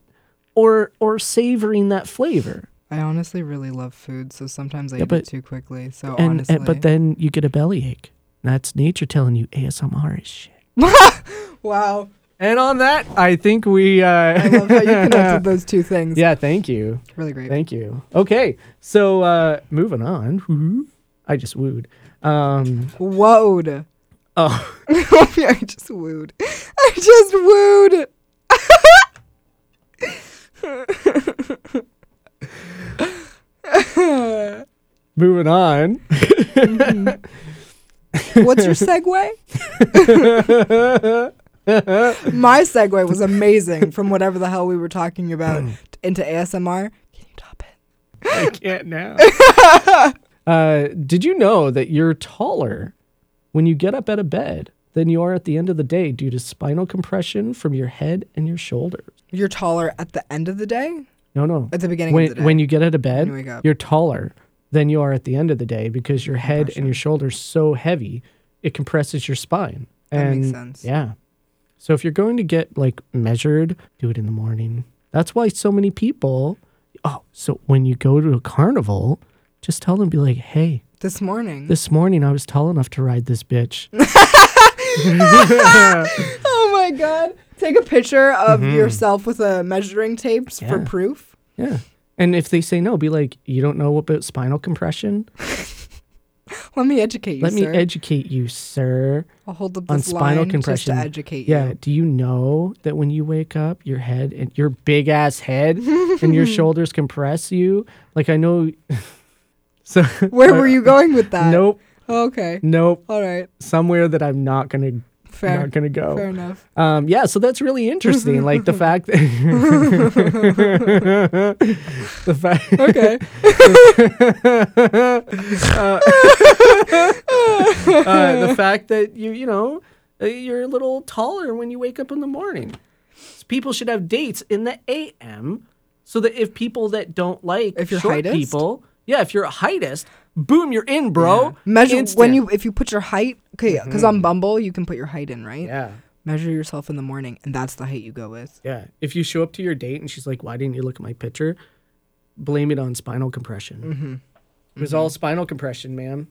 [SPEAKER 1] or, or savoring that flavor?
[SPEAKER 2] I honestly really love food, so sometimes I eat
[SPEAKER 1] but-
[SPEAKER 2] it too quickly. So
[SPEAKER 1] and,
[SPEAKER 2] honestly,
[SPEAKER 1] and but then you get a bellyache. That's nature telling you ASMR is shit.
[SPEAKER 2] wow,
[SPEAKER 1] And on that, I think we.
[SPEAKER 2] I
[SPEAKER 1] Uh,
[SPEAKER 2] love how you connected those two things.
[SPEAKER 1] yeah, thank you,
[SPEAKER 2] really great.
[SPEAKER 1] thank you. Okay, so uh, moving on. Woo. I just wooed. Um,
[SPEAKER 2] Wooed.
[SPEAKER 1] oh,
[SPEAKER 2] I just wooed. I just wooed.
[SPEAKER 1] moving on.
[SPEAKER 2] What's your segue? My segue was amazing from whatever the hell we were talking about into ASMR. Can you top it?
[SPEAKER 1] I can't now. uh, did you know that you're taller when you get up out of bed than you are at the end of the day due to spinal compression from your head and your shoulders?
[SPEAKER 2] You're taller at the end of the day?
[SPEAKER 1] No, no.
[SPEAKER 2] At the beginning of
[SPEAKER 1] when,
[SPEAKER 2] the day.
[SPEAKER 1] When you get out of bed,
[SPEAKER 2] you wake up.
[SPEAKER 1] you're taller than you are at the end of the day because your head and your shoulders so heavy, it compresses your spine.
[SPEAKER 2] That
[SPEAKER 1] and
[SPEAKER 2] makes sense.
[SPEAKER 1] Yeah. So if you're going to get like measured, do it in the morning. That's why so many people. Oh, so when you go to a carnival, just tell them, be like, hey,
[SPEAKER 2] This morning.
[SPEAKER 1] this morning I was tall enough to ride this bitch.
[SPEAKER 2] oh my god. Take a picture of yourself with a measuring tape s- for
[SPEAKER 1] Mm-hmm. Yeah.
[SPEAKER 2] proof.
[SPEAKER 1] yeah. And if they say no, be like, you don't know about spinal compression?
[SPEAKER 2] Let me educate you,
[SPEAKER 1] Let me
[SPEAKER 2] sir.
[SPEAKER 1] educate you, sir.
[SPEAKER 2] I'll hold up this
[SPEAKER 1] on spinal
[SPEAKER 2] line
[SPEAKER 1] compression.
[SPEAKER 2] just to educate
[SPEAKER 1] yeah,
[SPEAKER 2] you.
[SPEAKER 1] Do you know that when you wake up, your head and your big ass head and your shoulders compress you? Like I know. so
[SPEAKER 2] Where were you going with that?
[SPEAKER 1] nope,
[SPEAKER 2] Okay.
[SPEAKER 1] nope.
[SPEAKER 2] All right.
[SPEAKER 1] Somewhere that I'm not gonna
[SPEAKER 2] Fair.
[SPEAKER 1] not gonna go.
[SPEAKER 2] Fair enough.
[SPEAKER 1] Um, yeah, so that's really interesting. like
[SPEAKER 2] Mm-hmm,
[SPEAKER 1] the fact that the fact
[SPEAKER 2] Okay.
[SPEAKER 1] uh, the fact that you you know uh, you're a little taller when you wake up in the morning. People should have dates in the a.m. so that if people that don't like
[SPEAKER 2] If you're
[SPEAKER 1] short
[SPEAKER 2] heightist?
[SPEAKER 1] people, yeah, if you're a heightist, boom, you're in, bro.
[SPEAKER 2] Measure when
[SPEAKER 1] Instant. Mm-hmm.
[SPEAKER 2] you if you put your height, okay, because on Bumble you can put your height in, right?
[SPEAKER 1] yeah.
[SPEAKER 2] Measure yourself in the morning, and that's the height you go with.
[SPEAKER 1] Yeah. If you show up to your date and she's like, why didn't you look at my picture? Blame it on spinal compression. It was all spinal compression, man.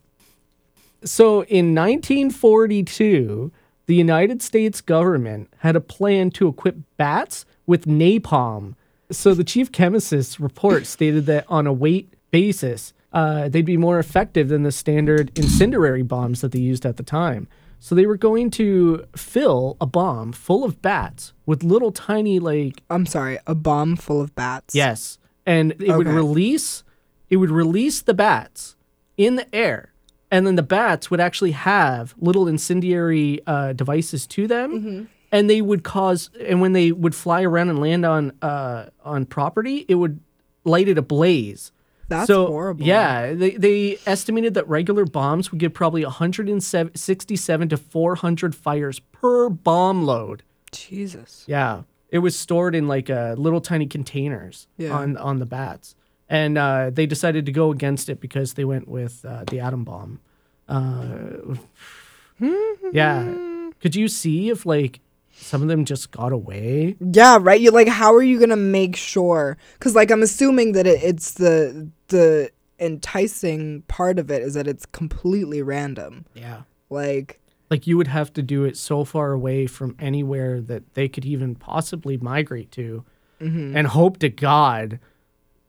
[SPEAKER 1] So in 1942, the United States government had a plan to equip bats with napalm. So the chief chemist's report stated that on a weight basis, uh, they'd be more effective than the standard incendiary bombs that they used at the time. So they were going to fill a bomb full of bats with little tiny like
[SPEAKER 2] I'm sorry, a bomb full of bats.
[SPEAKER 1] Yes, and it would
[SPEAKER 2] Okay.
[SPEAKER 1] release it would release the bats in the air, and then the bats would actually have little incendiary uh, devices to them,
[SPEAKER 2] Mm-hmm.
[SPEAKER 1] and they would cause. And when they would fly around and land on uh, on property, it would light it ablaze.
[SPEAKER 2] That's
[SPEAKER 1] so,
[SPEAKER 2] horrible.
[SPEAKER 1] Yeah, they, they estimated that regular bombs would give probably 167 to 400 fires per bomb load.
[SPEAKER 2] Jesus.
[SPEAKER 1] Yeah, it was stored in like uh, little tiny containers
[SPEAKER 2] Yeah.
[SPEAKER 1] on on the bats, and uh, they decided to go against it because they went with uh, the atom bomb. Uh,
[SPEAKER 2] Hmm.
[SPEAKER 1] yeah, could you see if like some of them just got away?
[SPEAKER 2] Yeah, right. You like, how are you gonna make sure? Because like, I'm assuming that it, it's the the enticing part of it is that it's completely random.
[SPEAKER 1] Yeah,
[SPEAKER 2] Like,
[SPEAKER 1] like you would have to do it so far away from anywhere that they could even possibly migrate to,
[SPEAKER 2] Mm-hmm.
[SPEAKER 1] and hope to God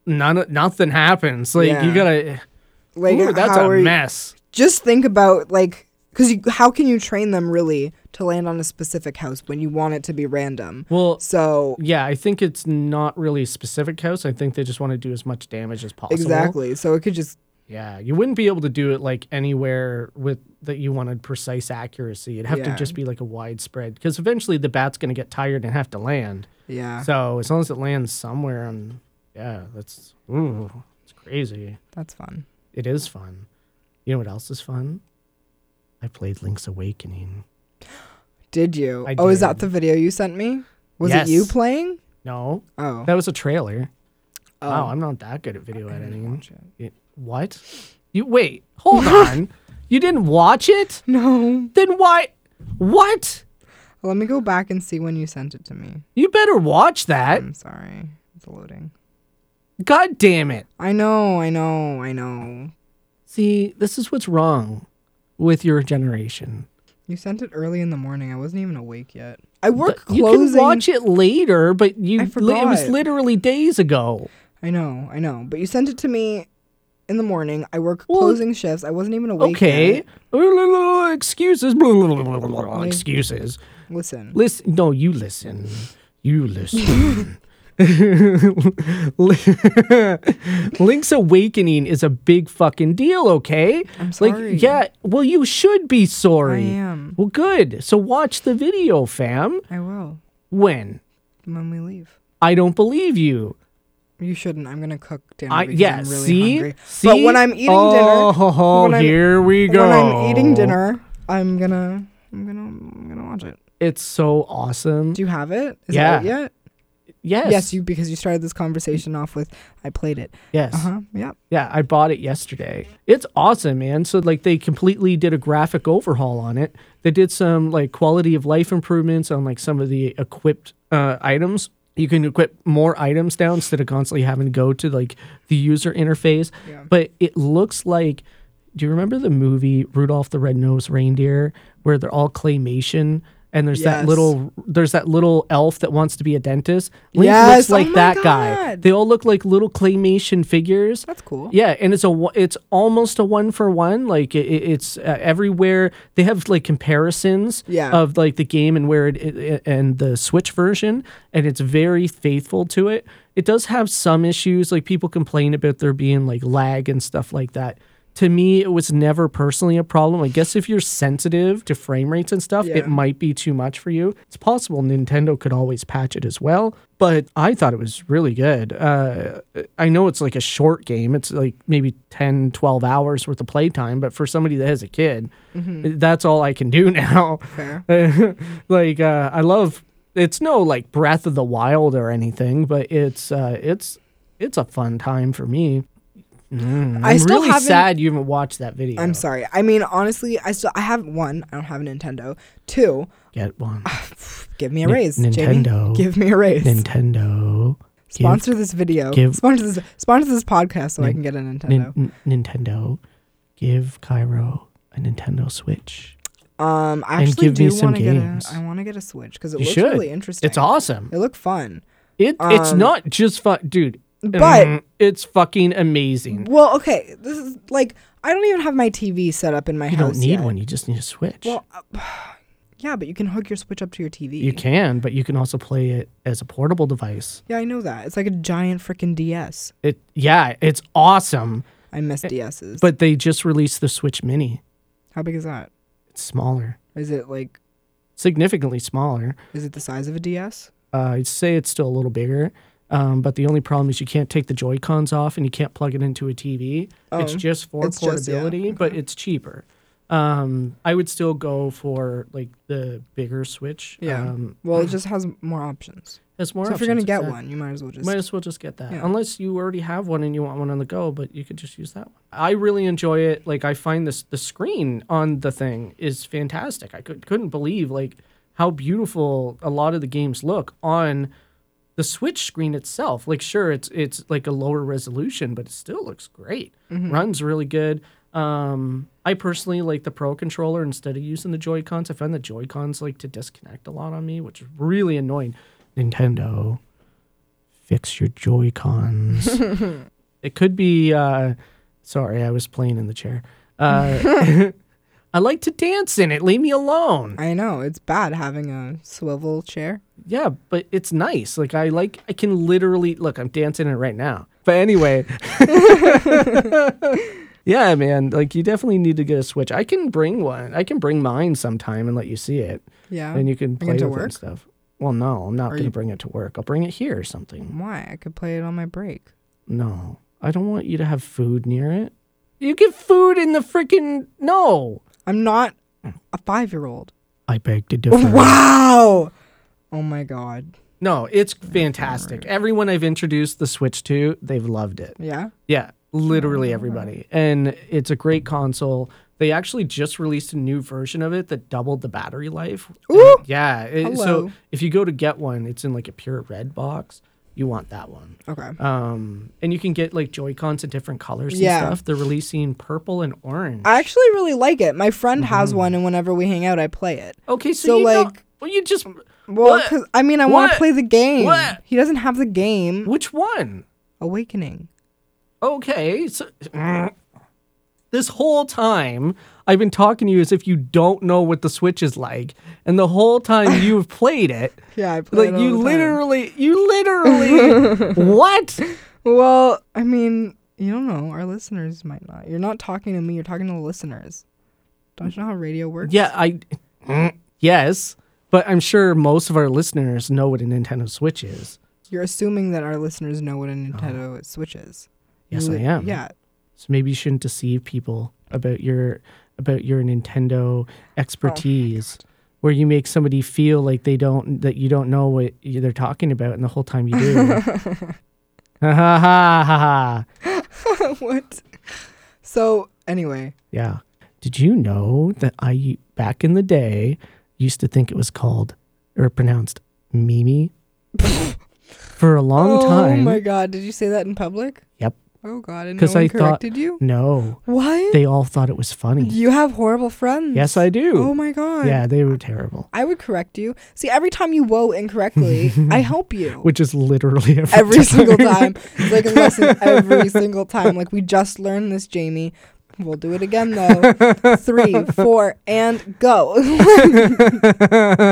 [SPEAKER 1] none nothing happens. Like you
[SPEAKER 2] Yeah.
[SPEAKER 1] gotta.
[SPEAKER 2] like
[SPEAKER 1] Ooh, that's
[SPEAKER 2] how
[SPEAKER 1] a
[SPEAKER 2] are you-
[SPEAKER 1] mess.
[SPEAKER 2] just think about like because you how can you train them really to land on a specific house when you want it to be random
[SPEAKER 1] Well,
[SPEAKER 2] so
[SPEAKER 1] Yeah, I think it's not really a specific house. I think they just want to do as much damage as possible.
[SPEAKER 2] exactly so it could just
[SPEAKER 1] Yeah, you wouldn't be able to do it like anywhere with that you wanted precise accuracy. It'd have to
[SPEAKER 2] Yeah.
[SPEAKER 1] just be like a widespread because eventually the bat's going to get tired and have to land.
[SPEAKER 2] yeah
[SPEAKER 1] So as long as it lands somewhere, on yeah, that's ooh, it's crazy.
[SPEAKER 2] that's fun
[SPEAKER 1] It is fun. You know what else is fun? I played Link's Awakening.
[SPEAKER 2] did you
[SPEAKER 1] I
[SPEAKER 2] oh is that
[SPEAKER 1] did.
[SPEAKER 2] the video you sent me was it you
[SPEAKER 1] Yes.
[SPEAKER 2] playing
[SPEAKER 1] No,
[SPEAKER 2] oh
[SPEAKER 1] that was a trailer. Oh, I'm not that good at video editing. It- what? You wait, hold on. You didn't watch it?
[SPEAKER 2] no
[SPEAKER 1] Then why? What?
[SPEAKER 2] let me go back and see when you sent it to me
[SPEAKER 1] You better watch that.
[SPEAKER 2] i'm sorry it's loading
[SPEAKER 1] God damn it.
[SPEAKER 2] i know i know i know
[SPEAKER 1] See, this is what's wrong with your generation.
[SPEAKER 2] you sent it early in the morning i wasn't even awake yet i work
[SPEAKER 1] you
[SPEAKER 2] closing
[SPEAKER 1] can watch it later, but you
[SPEAKER 2] I
[SPEAKER 1] li- it was
[SPEAKER 2] forgot.
[SPEAKER 1] literally days ago.
[SPEAKER 2] I know, I know. But you sent it to me in the morning. I work
[SPEAKER 1] Well,
[SPEAKER 2] closing shifts. I wasn't even awake.
[SPEAKER 1] Okay.
[SPEAKER 2] yet.
[SPEAKER 1] Excuses. Excuses.
[SPEAKER 2] Listen.
[SPEAKER 1] Listen. No, you listen. You listen. Link's Awakening is a big fucking deal, okay? I'm
[SPEAKER 2] sorry.
[SPEAKER 1] Like, yeah, well, you should be sorry.
[SPEAKER 2] I am.
[SPEAKER 1] Well, good. So watch the video, fam.
[SPEAKER 2] I will
[SPEAKER 1] When?
[SPEAKER 2] when we leave.
[SPEAKER 1] I don't believe you.
[SPEAKER 2] You shouldn't. I'm gonna cook dinner
[SPEAKER 1] I,
[SPEAKER 2] because
[SPEAKER 1] yeah,
[SPEAKER 2] I'm really
[SPEAKER 1] see?
[SPEAKER 2] hungry.
[SPEAKER 1] see?
[SPEAKER 2] But when I'm eating
[SPEAKER 1] oh,
[SPEAKER 2] dinner, when I'm-
[SPEAKER 1] here we go.
[SPEAKER 2] when I'm eating dinner, I'm gonna, I'm gonna, I'm gonna watch it.
[SPEAKER 1] It's so awesome.
[SPEAKER 2] Do you have it? Is
[SPEAKER 1] Yeah.
[SPEAKER 2] it out yet?
[SPEAKER 1] yes.
[SPEAKER 2] Yes, you because you started this conversation off with I played it.
[SPEAKER 1] Yes.
[SPEAKER 2] Uh huh. Yep.
[SPEAKER 1] Yeah, I bought it yesterday. It's awesome, man. So like they completely did a graphic overhaul on it. They did some like quality of life improvements on like some of the equipped uh, items. You can equip more items now instead of constantly having to go to like the user interface. But it looks like do you remember the movie Rudolph the Red-Nosed Reindeer where they're all claymation and there's that
[SPEAKER 2] Yes.
[SPEAKER 1] little there's that little elf that wants to be a dentist. Link looks
[SPEAKER 2] Yes, oh
[SPEAKER 1] like
[SPEAKER 2] my
[SPEAKER 1] that guy.
[SPEAKER 2] God.
[SPEAKER 1] They all look like little claymation figures.
[SPEAKER 2] That's cool.
[SPEAKER 1] Yeah, and it's a wa- it's almost a one for one. Like it, it- it's uh, everywhere. They have like comparisons
[SPEAKER 2] Yeah.
[SPEAKER 1] of like the game and where it, it and the Switch version, and it's very faithful to it. It does have some issues. Like people complain about there being like lag and stuff like that. To me, it was never personally a problem. I guess if you're sensitive to frame rates and stuff,
[SPEAKER 2] Yeah.
[SPEAKER 1] it might be too much for you. It's possible Nintendo could always patch it as well, but I thought it was really good. Uh, I know it's like a short game, it's like maybe 10, 12 hours worth of playtime, but for somebody that has a eh, kid, that's all I can do now.
[SPEAKER 2] Mm-hmm. Fair.
[SPEAKER 1] like, uh, I love it's no like Breath of the Wild or anything, but it's uh, it's it's a fun time for me. Mm, I'm
[SPEAKER 2] I still
[SPEAKER 1] really
[SPEAKER 2] haven't-
[SPEAKER 1] sad you haven't watched that video.
[SPEAKER 2] I'm sorry. I mean, honestly, I still I have one. I don't have a Nintendo. Two,
[SPEAKER 1] Get one.
[SPEAKER 2] Ah, give me a
[SPEAKER 1] Ni-
[SPEAKER 2] raise. Jamie.
[SPEAKER 1] Nintendo.
[SPEAKER 2] give me a raise.
[SPEAKER 1] Nintendo. Give-
[SPEAKER 2] sponsor this video.
[SPEAKER 1] give-
[SPEAKER 2] sponsor this. Sponsor this podcast so I can get a Nintendo.
[SPEAKER 1] Nin- n- Nintendo. Give Cairo a Nintendo Switch.
[SPEAKER 2] um, I actually
[SPEAKER 1] give me
[SPEAKER 2] do
[SPEAKER 1] some
[SPEAKER 2] want to get a.
[SPEAKER 1] games.
[SPEAKER 2] I want to get a Switch because it
[SPEAKER 1] You
[SPEAKER 2] looks
[SPEAKER 1] should.
[SPEAKER 2] really interesting.
[SPEAKER 1] It's awesome.
[SPEAKER 2] It looked fun.
[SPEAKER 1] It it's
[SPEAKER 2] Um,
[SPEAKER 1] not just fun, dude.
[SPEAKER 2] but-
[SPEAKER 1] Mm, it's fucking amazing.
[SPEAKER 2] Well, okay. This is like I don't even have my TV set up in my
[SPEAKER 1] You
[SPEAKER 2] house.
[SPEAKER 1] don't need
[SPEAKER 2] yet.
[SPEAKER 1] one. You just need a Switch.
[SPEAKER 2] Well, uh, yeah, but you can hook your Switch up to your TV.
[SPEAKER 1] you can, but you can also play it as a portable device.
[SPEAKER 2] Yeah, I know that. It's like a giant freaking DS.
[SPEAKER 1] It yeah, it's awesome.
[SPEAKER 2] I miss DSs.
[SPEAKER 1] Eh, But they just released the Switch Mini.
[SPEAKER 2] how big is that?
[SPEAKER 1] It's smaller,
[SPEAKER 2] Is it like
[SPEAKER 1] significantly smaller.
[SPEAKER 2] is it the size of a DS?
[SPEAKER 1] Uh, I'd say it's still a little bigger. Um, but the only problem is you can't take the Joy Cons off and you can't plug it into a TV. it's just for
[SPEAKER 2] Oh, it's just- yeah,
[SPEAKER 1] portability, but it's cheaper. Um, I would still go for like the bigger Switch. Um,
[SPEAKER 2] well, it just has more options.
[SPEAKER 1] it's more.
[SPEAKER 2] so if you're gonna
[SPEAKER 1] options,
[SPEAKER 2] get
[SPEAKER 1] exact-
[SPEAKER 2] one, you might as well just.
[SPEAKER 1] Might as well just get that.
[SPEAKER 2] Yeah.
[SPEAKER 1] Unless you already have one and you want one on the go, but you could just use that one. I really enjoy it. Like I find this the screen on the thing is fantastic. I could, couldn't believe like how beautiful a lot of the games look on the Switch screen itself. Like sure, it's it's like a lower resolution, but it still looks great.
[SPEAKER 2] Mm-hmm.
[SPEAKER 1] Runs really good. Um, I personally like the Pro controller instead of using the Joy Cons. I found the Joy Cons like to disconnect a lot on me, which is really annoying. Nintendo fix your joy cons it could be uh sorry i was playing in the chair uh i like to dance in it leave me alone
[SPEAKER 2] I know it's bad having a swivel chair.
[SPEAKER 1] yeah but it's nice like i like i can literally look i'm dancing in it right now but anyway yeah man like you definitely need to get a switch i can bring one i can bring mine sometime and let you see it
[SPEAKER 2] Yeah.
[SPEAKER 1] and you can
[SPEAKER 2] Oh. Bring
[SPEAKER 1] play with
[SPEAKER 2] it to
[SPEAKER 1] it and
[SPEAKER 2] work?
[SPEAKER 1] stuff well no i'm not going to
[SPEAKER 2] you-
[SPEAKER 1] bring it to work i'll bring it here or something
[SPEAKER 2] Why? I could play it on my break.
[SPEAKER 1] No, I don't want you to have food near it. You get food in the freaking no.
[SPEAKER 2] I'm not
[SPEAKER 1] Mm.
[SPEAKER 2] a five year old.
[SPEAKER 1] I beg to differ.
[SPEAKER 2] Wow. Oh my god.
[SPEAKER 1] No, it's fantastic. Everyone I've introduced the Switch to, they've loved it.
[SPEAKER 2] Yeah.
[SPEAKER 1] Yeah, literally everybody. And it's a great console. They actually just released a new version of it that doubled the battery life.
[SPEAKER 2] Ooh.
[SPEAKER 1] Yeah. it- so
[SPEAKER 2] Hello.
[SPEAKER 1] if you go to get one, it's in like a pure red box. You want that one.
[SPEAKER 2] Okay.
[SPEAKER 1] Um, and you can get like Joy Cons in different colors and
[SPEAKER 2] Yeah.
[SPEAKER 1] stuff. They're releasing purple and orange.
[SPEAKER 2] I actually really like it. My friend
[SPEAKER 1] Mm-hmm.
[SPEAKER 2] has one, and whenever we hang out, I play it.
[SPEAKER 1] Okay, so,
[SPEAKER 2] So,
[SPEAKER 1] you like,
[SPEAKER 2] like-
[SPEAKER 1] well, you just
[SPEAKER 2] Well,
[SPEAKER 1] What?
[SPEAKER 2] 'cause- I mean, I want
[SPEAKER 1] What?
[SPEAKER 2] to play the game.
[SPEAKER 1] What?
[SPEAKER 2] He doesn't have the game.
[SPEAKER 1] which one?
[SPEAKER 2] Awakening.
[SPEAKER 1] Okay, so this whole time I've been talking to you as if you don't know what the Switch is like, and the whole time you've played it,
[SPEAKER 2] Yeah, I play
[SPEAKER 1] like
[SPEAKER 2] it
[SPEAKER 1] you
[SPEAKER 2] all the time.
[SPEAKER 1] literally, you literally, what?
[SPEAKER 2] Well, I mean, you don't know. Our listeners might not. You're not talking to me. You're talking to the listeners. Don't you know how radio works?
[SPEAKER 1] Yeah, I, yes, but I'm sure most of our listeners know what a Nintendo Switch is.
[SPEAKER 2] You're assuming that our listeners know what a
[SPEAKER 1] Uh-huh.
[SPEAKER 2] Nintendo Switch is.
[SPEAKER 1] Yes,
[SPEAKER 2] You
[SPEAKER 1] I
[SPEAKER 2] li-
[SPEAKER 1] am.
[SPEAKER 2] Yeah.
[SPEAKER 1] So maybe you shouldn't deceive people about your about your Nintendo expertise,
[SPEAKER 2] Oh
[SPEAKER 1] where you make somebody feel like they don't that you don't know what you- they're talking about, and the whole time you do. ha ha ha ha! ha.
[SPEAKER 2] what? So anyway,
[SPEAKER 1] Yeah. Did you know that I back in the day used to think it was called or pronounced Mimi for a long
[SPEAKER 2] oh
[SPEAKER 1] time?
[SPEAKER 2] my God, did you say that in public?
[SPEAKER 1] Yep.
[SPEAKER 2] Oh God, and no
[SPEAKER 1] Because
[SPEAKER 2] one
[SPEAKER 1] I thought
[SPEAKER 2] corrected you.
[SPEAKER 1] no,
[SPEAKER 2] What?
[SPEAKER 1] they all thought it was funny.
[SPEAKER 2] you have horrible friends.
[SPEAKER 1] Yes, I do.
[SPEAKER 2] Oh my God.
[SPEAKER 1] yeah, they were terrible.
[SPEAKER 2] I would correct you. See, every time you woe incorrectly, I help you.
[SPEAKER 1] which is literally every,
[SPEAKER 2] every single time. It's like a lesson every single time. Like we just learned this, Jamie. We'll do it again though. Three, four, and go.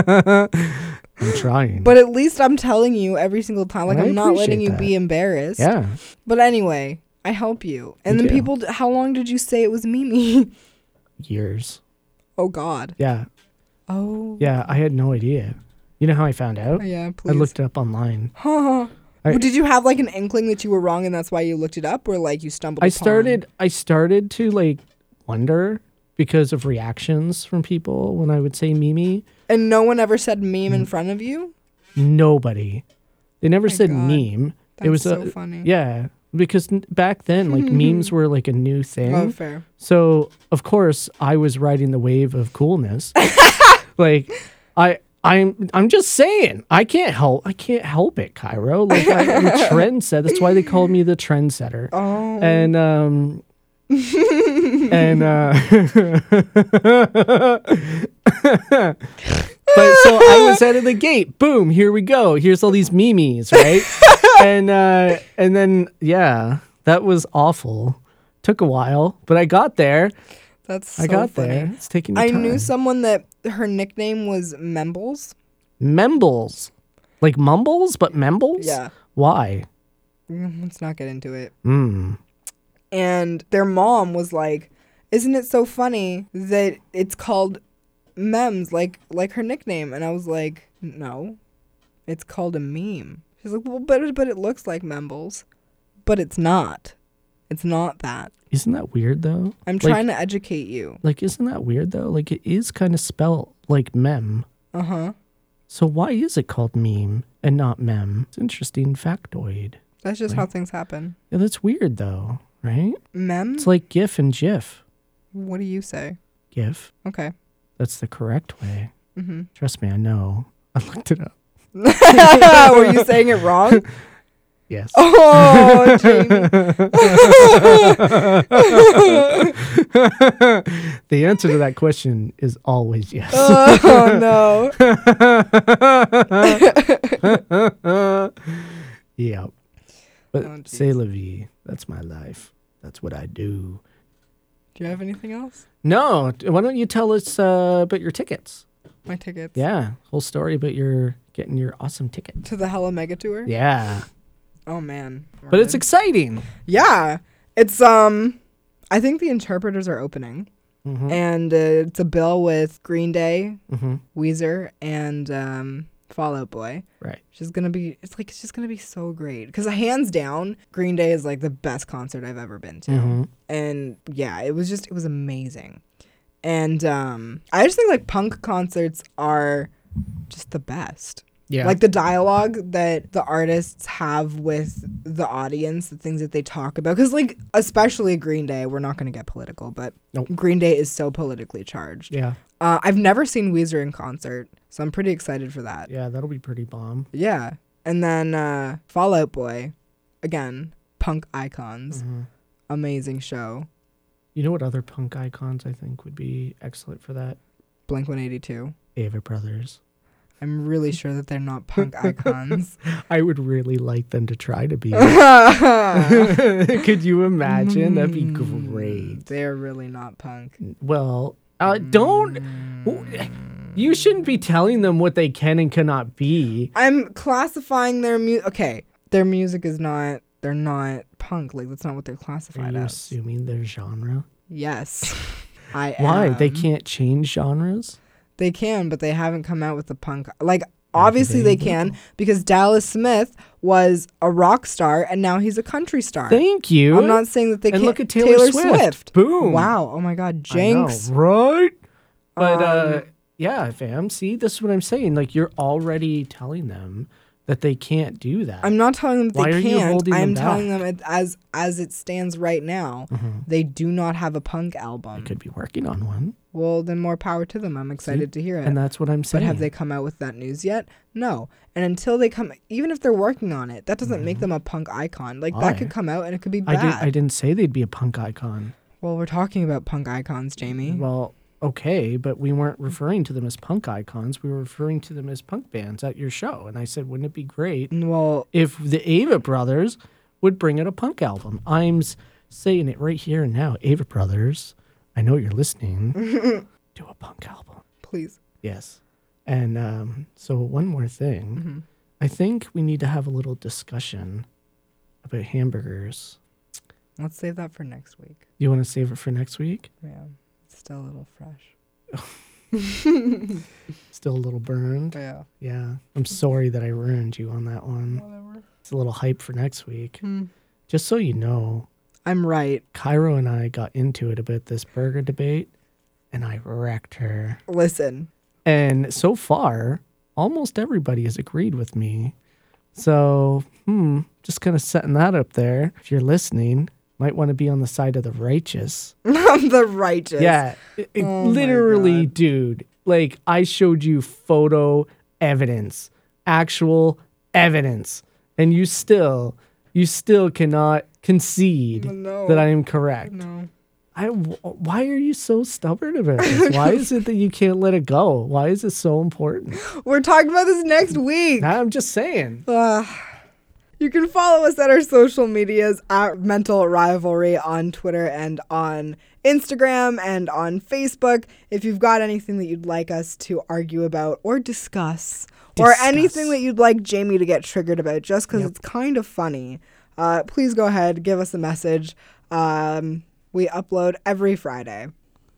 [SPEAKER 1] I'm trying.
[SPEAKER 2] but at least I'm telling you every single time. Like
[SPEAKER 1] I
[SPEAKER 2] I'm not letting
[SPEAKER 1] appreciate
[SPEAKER 2] you
[SPEAKER 1] that.
[SPEAKER 2] be embarrassed.
[SPEAKER 1] yeah,
[SPEAKER 2] But anyway, I help you. And
[SPEAKER 1] You
[SPEAKER 2] then
[SPEAKER 1] do.
[SPEAKER 2] people, d- how long did you say it was Mimi?
[SPEAKER 1] years.
[SPEAKER 2] oh God.
[SPEAKER 1] Yeah,
[SPEAKER 2] Oh.
[SPEAKER 1] yeah. I had no idea. You know how I found out?
[SPEAKER 2] Oh, yeah.
[SPEAKER 1] I
[SPEAKER 2] Please.
[SPEAKER 1] looked it up online. I-
[SPEAKER 2] Well, did you have like an inkling that you were wrong and that's why you looked it up, or like you stumbled?
[SPEAKER 1] I
[SPEAKER 2] upon-
[SPEAKER 1] started. I started to like wonder because of reactions from people when I would say Mimi. Mm.
[SPEAKER 2] and no one ever said meme in front of you.
[SPEAKER 1] nobody. They never said meme. it
[SPEAKER 2] That's
[SPEAKER 1] was
[SPEAKER 2] so
[SPEAKER 1] a-
[SPEAKER 2] funny.
[SPEAKER 1] Yeah, because n- back then, like memes were like a new thing.
[SPEAKER 2] Oh, fair.
[SPEAKER 1] So of course, I was riding the wave of coolness. like, I. I'm I'm just saying I can't help I can't help it Cairo like I, I'm a trendsetter that's why they called me the trendsetter oh. and um and uh but so I was out of the gate. Boom! Here we go. Here's all these memes, right? and uh, and then yeah, that was awful. Took a while, but I got there.
[SPEAKER 2] That's so
[SPEAKER 1] I got
[SPEAKER 2] funny.
[SPEAKER 1] there. It's taking me
[SPEAKER 2] I
[SPEAKER 1] time.
[SPEAKER 2] knew someone that her nickname was Membles.
[SPEAKER 1] Membles, like mumbles, but membles.
[SPEAKER 2] Yeah.
[SPEAKER 1] Why?
[SPEAKER 2] Mm, Let's not get into it.
[SPEAKER 1] Mm.
[SPEAKER 2] And their mom was like, "Isn't it so funny that it's called Mems, like like her nickname?" And I was like, "No, it's called a meme." She's like, "Well, but but it looks like Membles, but it's not. It's not that.
[SPEAKER 1] Isn't that weird though?
[SPEAKER 2] I'm
[SPEAKER 1] Like-
[SPEAKER 2] trying to educate you."
[SPEAKER 1] Like, isn't that weird though? Like, it is kind of spelled like mem.
[SPEAKER 2] Uh huh.
[SPEAKER 1] So why is it called meme and not mem? It's an interesting factoid.
[SPEAKER 2] That's just how things happen.
[SPEAKER 1] Yeah, that's weird though, right?
[SPEAKER 2] Mem.
[SPEAKER 1] It's like GIF and GIF.
[SPEAKER 2] What do you say?
[SPEAKER 1] GIF.
[SPEAKER 2] Okay.
[SPEAKER 1] That's the correct way.
[SPEAKER 2] Mm-hmm.
[SPEAKER 1] Trust me, I know. I looked it up.
[SPEAKER 2] Were you saying it wrong?
[SPEAKER 1] Yes.
[SPEAKER 2] Oh, Jamie.
[SPEAKER 1] the answer to that question is always yes.
[SPEAKER 2] Oh no.
[SPEAKER 1] yeah. But
[SPEAKER 2] Oh, geez.
[SPEAKER 1] say la vie. That's my life. That's what I do.
[SPEAKER 2] Do you have anything else?
[SPEAKER 1] No, d- why don't you tell us uh, about your tickets?
[SPEAKER 2] My tickets.
[SPEAKER 1] Yeah, whole story about your getting your awesome ticket.
[SPEAKER 2] To the Hella Mega Tour.
[SPEAKER 1] Yeah,
[SPEAKER 2] Oh man. We're
[SPEAKER 1] but it's
[SPEAKER 2] good.
[SPEAKER 1] exciting.
[SPEAKER 2] yeah. It's um. I think the interpreters are opening,
[SPEAKER 1] Mm-hmm.
[SPEAKER 2] and uh, it's a bill with Green Day, Weezer, and um, Fall Out Boy.
[SPEAKER 1] Right.
[SPEAKER 2] She's gonna be. It's like it's just gonna be so great. Cause hands down, Green Day is like the best concert I've ever been to.
[SPEAKER 1] Mm-hmm.
[SPEAKER 2] And yeah, it was just it was amazing. And um, I just think like punk concerts are just the best.
[SPEAKER 1] Yeah.
[SPEAKER 2] Like the dialogue that the artists have with the audience, the things that they talk about. Because, like, especially Green Day, we're not going to get political, but
[SPEAKER 1] Nope.
[SPEAKER 2] Green Day is so politically charged.
[SPEAKER 1] Yeah.
[SPEAKER 2] Uh, I've never seen Weezer in concert, so I'm pretty excited for that.
[SPEAKER 1] Yeah, that'll be pretty bomb.
[SPEAKER 2] Yeah. And then uh Fallout Boy, again, punk icons.
[SPEAKER 1] Mm-hmm.
[SPEAKER 2] Amazing show.
[SPEAKER 1] You know what other punk icons I think would be excellent for that?
[SPEAKER 2] Blink 182.
[SPEAKER 1] Ava Brothers.
[SPEAKER 2] I'm really sure that they're not punk icons.
[SPEAKER 1] I would really like them to try to be.
[SPEAKER 2] they're
[SPEAKER 1] Could you imagine? That'd be great.
[SPEAKER 2] really not punk.
[SPEAKER 1] Well, uh, don't. w- You shouldn't be telling them what they can and cannot be.
[SPEAKER 2] I'm classifying their music. Okay, their music is not. They're not punk. Like that's not what they're
[SPEAKER 1] Are
[SPEAKER 2] classified
[SPEAKER 1] you
[SPEAKER 2] as.
[SPEAKER 1] assuming their genre?
[SPEAKER 2] Yes, I am.
[SPEAKER 1] Why? They can't change genres?
[SPEAKER 2] They can, but they haven't come out with a punk. Like, obviously they can because Dallas Smith was a rock star and now he's a country star.
[SPEAKER 1] Thank you.
[SPEAKER 2] I'm not saying that they
[SPEAKER 1] And
[SPEAKER 2] can't.
[SPEAKER 1] look at Taylor Swift. Boom.
[SPEAKER 2] Wow. Oh my God.
[SPEAKER 1] I know,
[SPEAKER 2] Jinx.
[SPEAKER 1] right? But uh,
[SPEAKER 2] Um,
[SPEAKER 1] yeah, fam. See, this is what I'm saying. Like you're already telling them that they can't do that.
[SPEAKER 2] I'm not telling them that
[SPEAKER 1] Why
[SPEAKER 2] they
[SPEAKER 1] are you
[SPEAKER 2] can't.
[SPEAKER 1] holding them Mm-hmm.
[SPEAKER 2] I'm telling them it, as as it stands right now, they do not have a punk album.
[SPEAKER 1] could be working on one,
[SPEAKER 2] Well, then more power to them. I'm excited to hear it.
[SPEAKER 1] and that's what I'm
[SPEAKER 2] But
[SPEAKER 1] saying.
[SPEAKER 2] have they come out with that news yet? No. And until they come, even if they're working on it, that doesn't make them a punk icon. Like
[SPEAKER 1] Mm-hmm. Why?
[SPEAKER 2] that could come out and it could be
[SPEAKER 1] I
[SPEAKER 2] bad.
[SPEAKER 1] didn't. I didn't say they'd be a punk icon.
[SPEAKER 2] Well, we're talking about punk icons, Jamie.
[SPEAKER 1] Well, okay, but we weren't referring to them as punk icons. We were referring to them as punk bands at your show, and I said, wouldn't it be great
[SPEAKER 2] Mm-hmm. well,
[SPEAKER 1] if the Ava Brothers would bring out a punk album. I'm s- saying it right here and now. Ava Brothers, I know you're listening. Do a punk album.
[SPEAKER 2] please.
[SPEAKER 1] Yes. And um, so, one more thing. I think we need to have a little discussion about hamburgers.
[SPEAKER 2] Let's save that for next week.
[SPEAKER 1] You want to save it for next week?
[SPEAKER 2] Yeah. It's still a little fresh.
[SPEAKER 1] Still a little burned.
[SPEAKER 2] Yeah.
[SPEAKER 1] Yeah. I'm sorry that I ruined you on that one. It's a little hype for next week. Just so you know,
[SPEAKER 2] I'm right.
[SPEAKER 1] Cairo and I got into it about this burger debate, and I wrecked her.
[SPEAKER 2] Listen.
[SPEAKER 1] And so far, almost everybody has agreed with me. So, hmm, just kind of setting that up there. If you're listening, might want to be on the side of the righteous.
[SPEAKER 2] the righteous.
[SPEAKER 1] Yeah. It- it literally, dude, like I showed you photo evidence, actual evidence, and you still, you still cannot concede
[SPEAKER 2] No.
[SPEAKER 1] that I am correct. No. I, wh- why are you so stubborn about this? Why is it that you can't let it go? Why is it so important?
[SPEAKER 2] We're talking about this next week.
[SPEAKER 1] I'm just saying.
[SPEAKER 2] You can follow us at our social medias at Mental Rivalry on Twitter and on Instagram and on Facebook. If you've got anything that you'd like us to argue about or discuss, or
[SPEAKER 1] Discuss.
[SPEAKER 2] anything that you'd like Jamie to get triggered about just because it's kind of funny, uh, please go ahead, give us a message. Um, we upload every Friday.